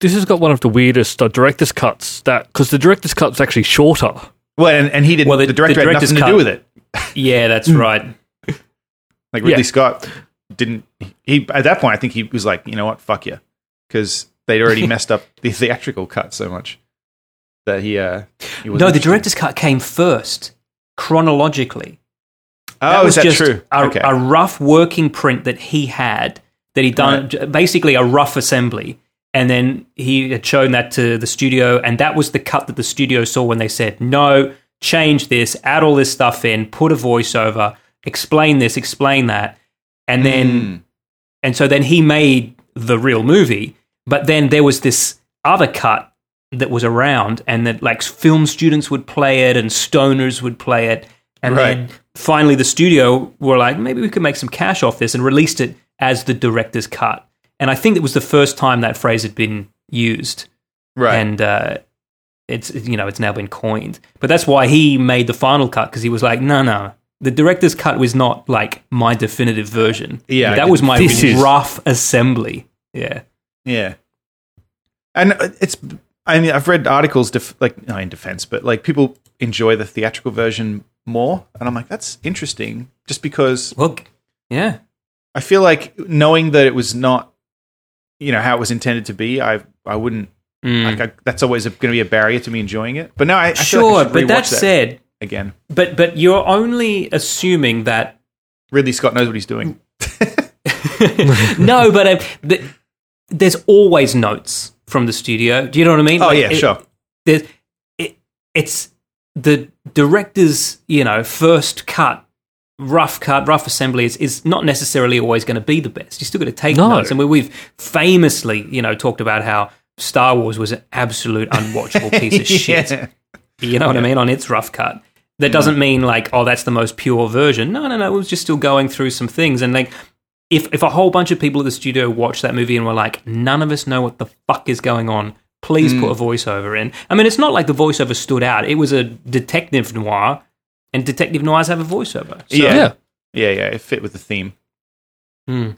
this has got one of the weirdest uh, director's cuts that because the director's cut's actually shorter. Well, and, and he did. Well, not the- the, director the had director's nothing to cut. do with it. Yeah, that's Hmm. right. Like Ridley Yeah. Scott didn't. He at that point, I think he was like, you know what, fuck you, because they'd <laughs> already messed up the theatrical cut so much that he. uh he wasn't No, the interested. Director's Cut came first chronologically. Oh, is that just true? A, okay. a rough working print that he had that he'd done j- basically a rough assembly, and then he had shown that to the studio, and that was the cut that the studio saw when they said no, change this, add all this stuff in, put a voiceover, explain this, explain that, and Hmm. then and so then he made the real movie, but then there was this other cut that was around, and that like film students would play it and stoners would play it. And Right. then finally the studio were like, maybe we could make some cash off this and released it as the director's cut. And I think it was the first time that phrase had been used right. and uh, it's you know it's now been coined. But that's why he made the final cut because he was like, no, no, the director's cut was not like my definitive version. Yeah, that <laughs> was my this is- rough assembly. Yeah, Yeah, and it's. I mean, I've read articles, def- like not in defense, but like people enjoy the theatrical version more, and I'm like, that's interesting, just because look, yeah, I feel like knowing that it was not, you know, how it was intended to be, I I wouldn't. Mm. Like, I, that's always going to be a barrier to me enjoying it. But no, I, I feel sure. like I should but rewatch that that, said, again, but but you're only assuming that <laughs> Ridley Scott knows what he's doing. no, but uh, th- there's always notes from the studio. Do you know what I mean? Oh Like, yeah, it- sure. there's it, it's the director's you know first cut rough cut rough assembly is, is not necessarily always going to be the best you still got to take No. notes and we, we've famously you know talked about how star wars was an absolute unwatchable <laughs> piece of shit Yeah. you know what I mean? On its rough cut. That doesn't mean like, oh, that's the most pure version. No, no, no. It was just still going through some things. And like, if, if a whole bunch of people at the studio watched that movie and were like, none of us know what the fuck is going on, please put a voiceover in. I mean, it's not like the voiceover stood out. It was a detective noir, and detective noirs have a voiceover. So, yeah, Yeah. yeah, yeah, It fit with the theme. Hmm.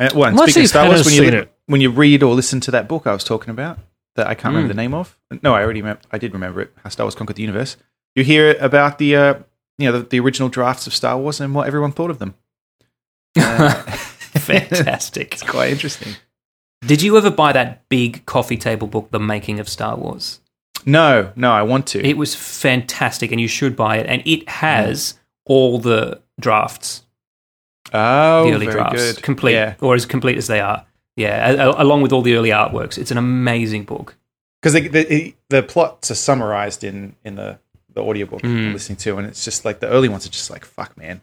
And, well, and Unless speaking of he's Star had Wars, us when you seen look- it. when you read or listen to that book I was talking about that I can't remember Hmm. the name of. No, I already remember. I did remember it. How Star Wars Conquered the Universe. You hear about the uh, you know the, the original drafts of Star Wars and what everyone thought of them. <laughs> fantastic. Quite interesting. Did you ever buy that big coffee table book, The Making of Star Wars? No, no, I want to. It was fantastic, and you should buy it. And Mm. it has all the drafts, oh, the early very drafts, good. complete Yeah, or as complete as they are. Yeah, a- a- along with all the early artworks, it's an amazing book. because the, the plots are summarized in in the the Hmm. audiobook I'm listening to, and it's just like the early ones are just like fuck, man.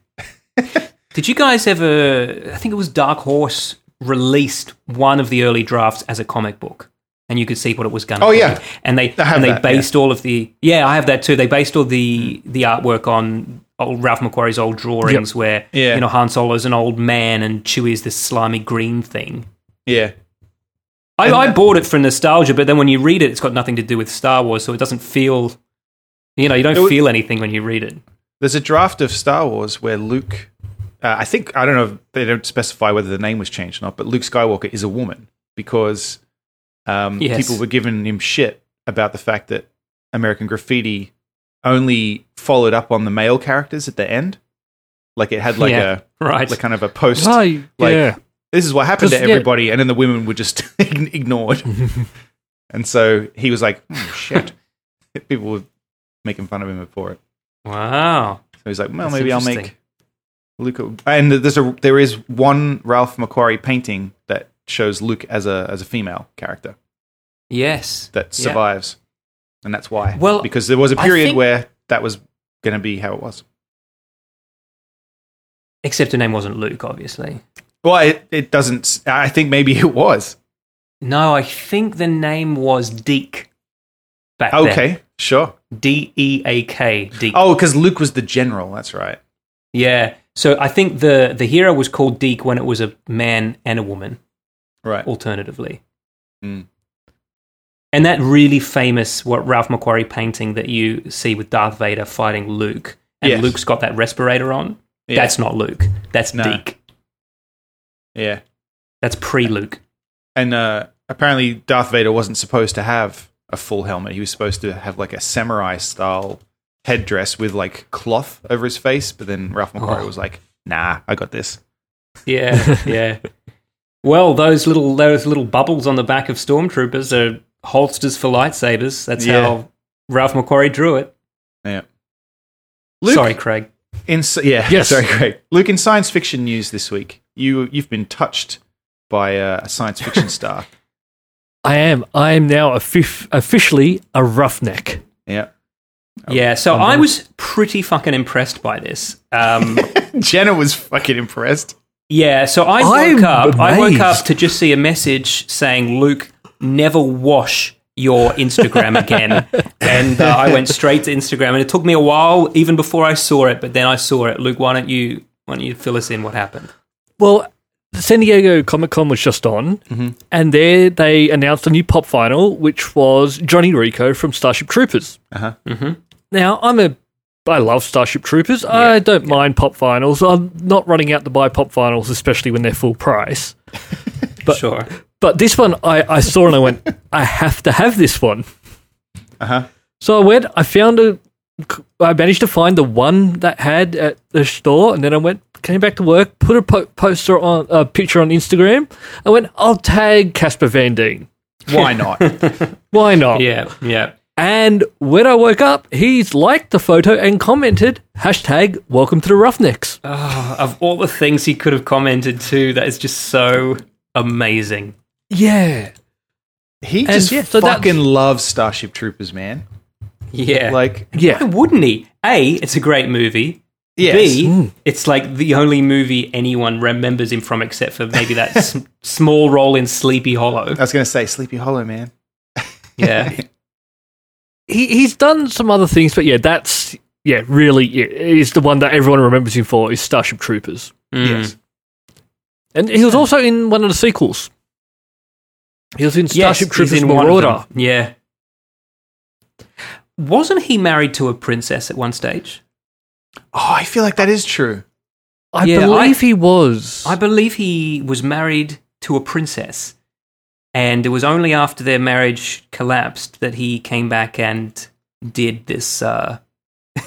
Did you guys ever? I think it was Dark Horse released one of the early drafts as a comic book, and you could see what it was going. to Oh, be. yeah. and they I have and they that, yeah. based all of the yeah, I have that too. They based all the the artwork on old Ralph McQuarrie's old drawings, where Yeah. you know Han Solo's an old man and Chewie's this slimy green thing. Yeah, I, And I that- bought it for nostalgia, but then when you read it, it's got nothing to do with Star Wars, so it doesn't feel. You know, you don't It wa- feel anything when you read it. <laughs> There's a draft of Star Wars where Luke, uh, I think, I don't know if they don't specify whether the name was changed or not, but Luke Skywalker is a woman because um, Yes. people were giving him shit about the fact that American Graffiti only followed up on the male characters at the end. Like it had like Yeah, a right. like kind of a post. Right, like, yeah. This is what happened to 'Cause, yeah. everybody, and then the women were just <laughs> ign- <laughs> ignored. and so he was like, "Hmm, "Shit!" <laughs> people were making fun of him for it. Wow. So he's like, well, That's maybe I'll interesting. make Luke. a- And there's a there is one Ralph Macquarie painting that shows Luke as a as a female character Yes. that Yeah. survives, and that's why. Well, because there was a I period think- where that was going to be how it was. Except her name wasn't Luke, obviously. Well, it, it doesn't. s- I think maybe <laughs> it was. No, I think the name was Deke. Back then. Okay, sure. D E A K. Deke. Oh, because Luke was the general. That's right. Yeah. So I think the the hero was called Deke when it was a man and a woman, Right. Oh. alternatively. Mm. And that really famous what Ralph Macquarie painting that you see with Darth Vader fighting Luke, and Yes. Luke's got that respirator on. Yeah. That's not Luke. That's No. Deke. yeah. That's pre Luke. And uh, apparently, Darth Vader wasn't supposed to have a full helmet. He was supposed to have like a samurai style headdress with like cloth over his face. But then Ralph McQuarrie Oh. was like, "Nah, I got this." Yeah, <laughs> yeah. Well, those little those little bubbles on the back of stormtroopers are holsters for lightsabers. That's Yeah. how Ralph McQuarrie drew it. Yeah. Luke, Sorry, Craig. In, s- yeah. <laughs> Yes. Sorry, Craig. Luke, in science fiction news this week, you you've been touched by uh, a science <laughs> fiction star. I am. I am now offi- officially a roughneck. Yeah. Oh. Yeah, so I was pretty fucking impressed by this. Um, Jenna was fucking impressed. yeah, so I I'm woke up. I woke up amazed. to just see a message saying, "Luke, never wash your Instagram <laughs> again." and uh, I went straight to Instagram, and it took me a while, even before I saw it. But then I saw it. Luke, why don't you why don't you fill us in what happened? Well, San Diego Comic Con was just on, Mm-hmm. and there they announced a new pop final, which was Johnny Rico from Starship Troopers. Uh-huh. Now, I'm a I love Starship Troopers. I don't mind pop finals. I'm not running out to buy pop finals, especially when they're full price. sure. But this one, I, I saw and I went, I have to have this one. Uh huh. So I went, I found a, I managed to find the one that had at the store, and then I went, came back to work, put a po- poster on, a picture on Instagram. I went, I'll tag Casper Van Dien. <laughs> Why not? Why not? Yeah, yeah. And when I woke up, he's liked the photo and commented, hashtag welcome to the Roughnecks. Oh, of all the things he could have commented to, that is just so amazing. yeah. He And just yeah, so that's- fucking loves Starship Troopers, man. Yeah. Like, why Yeah. wouldn't he? A, it's a great movie. yes. B, it's like the only movie anyone remembers him from except for maybe that s- small role in Sleepy Hollow. I was going to say Sleepy Hollow, man. <laughs> Yeah. He, he's done some other things, but yeah, that's, yeah, really, it is the one that everyone remembers him for is Starship Troopers. Hmm. Mm. Yes. And he was also in one of the sequels. He was in Starship Troopers he's in one of Marauder. them. Yeah. Wasn't he married to a princess at one stage? Oh, I feel like that <laughs> is true. I Yeah, believe I- he was. I believe he was married to a princess, and it was only after their marriage collapsed that he came back and did this uh,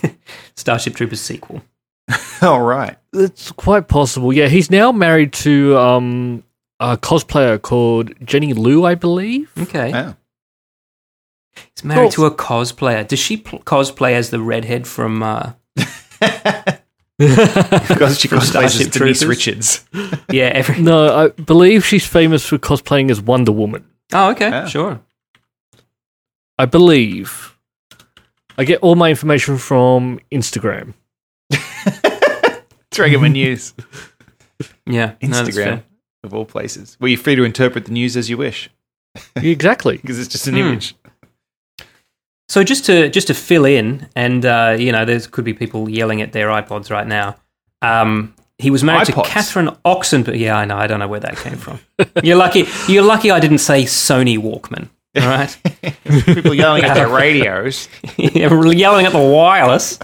<laughs> Starship Troopers sequel. All right. it's quite possible. Yeah, he's now married to um, a cosplayer called Jenny Liu, I believe. Okay. Oh. He's married Well- to a cosplayer. Does she pl- cosplay as the redhead from? Uh, Because she cosplays as Starship Denise Troopers. Richards. <laughs> yeah. Every. No, I believe she's famous for cosplaying as Wonder Woman. Oh, okay. Yeah. Sure. I believe. I get all my information from Instagram. It's regular news. Yeah. no, that's Instagram, fair. of all places. Where you're free to interpret the news as you wish exactly. because it's just an Hmm. image. So just to just to fill in, and uh, you know, there could be people yelling at their iPods right now. Um, he was married iPods? to Catherine Oxenberg. Yeah, I know. I don't know where that came from. you're lucky. You're lucky. I didn't say Sony Walkman. All right. People <laughs> yelling at their radios. <laughs> yelling at the wireless.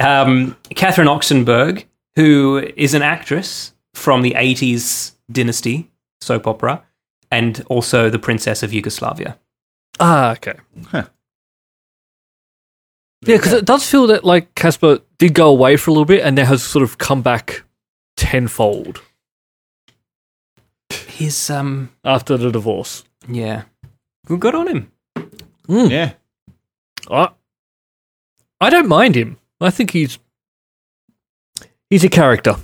Um, Catherine Oxenberg, who is an actress from the 80s Dynasty soap opera and also the Princess of Yugoslavia. Ah, okay. Huh. Yeah, because it does feel that like Casper did go away for a little bit and now has sort of come back tenfold His, um, after the divorce. yeah. Well, good on him. Yeah. I, I don't mind him. I think he's he's a character.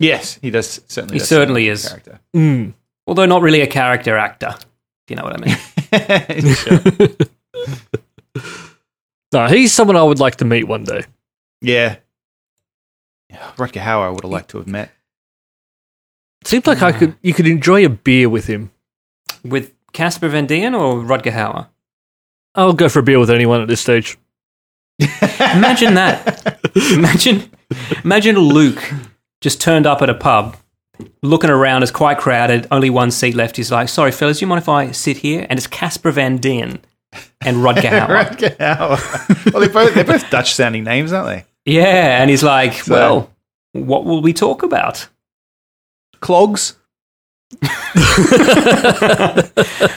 Yes, he does. Does certainly. He does certainly sound is. like a Mm. Although not really a character actor, if you know what I mean. Character. <laughs> Sure. No, he's someone I would like to meet one day. Yeah. Rutger Hauer, I would have liked to have met. Seems like I could you could enjoy a beer with him. With Casper Van Dien or Rutger Hauer? I'll go for a beer with anyone at this stage. Imagine that. imagine, imagine Luke just turned up at a pub, looking around. It's quite crowded. Only one seat left. He's like, "Sorry, fellas, you mind if I sit here?" And it's Casper Van Dien and Rutger <laughs> Hauer. Rutger Hauer. well, they're both, they're both Dutch sounding names, aren't they? Yeah, and he's like, "Well, what will we talk about? Clogs.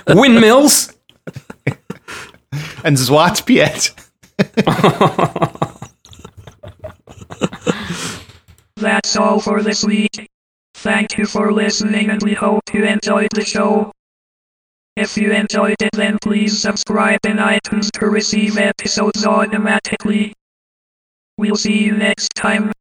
Windmills? and Zwart Piet. That's all for this week. Thank you for listening and we hope you enjoyed the show. If you enjoyed it then please subscribe in iTunes to receive episodes automatically. We'll see you next time.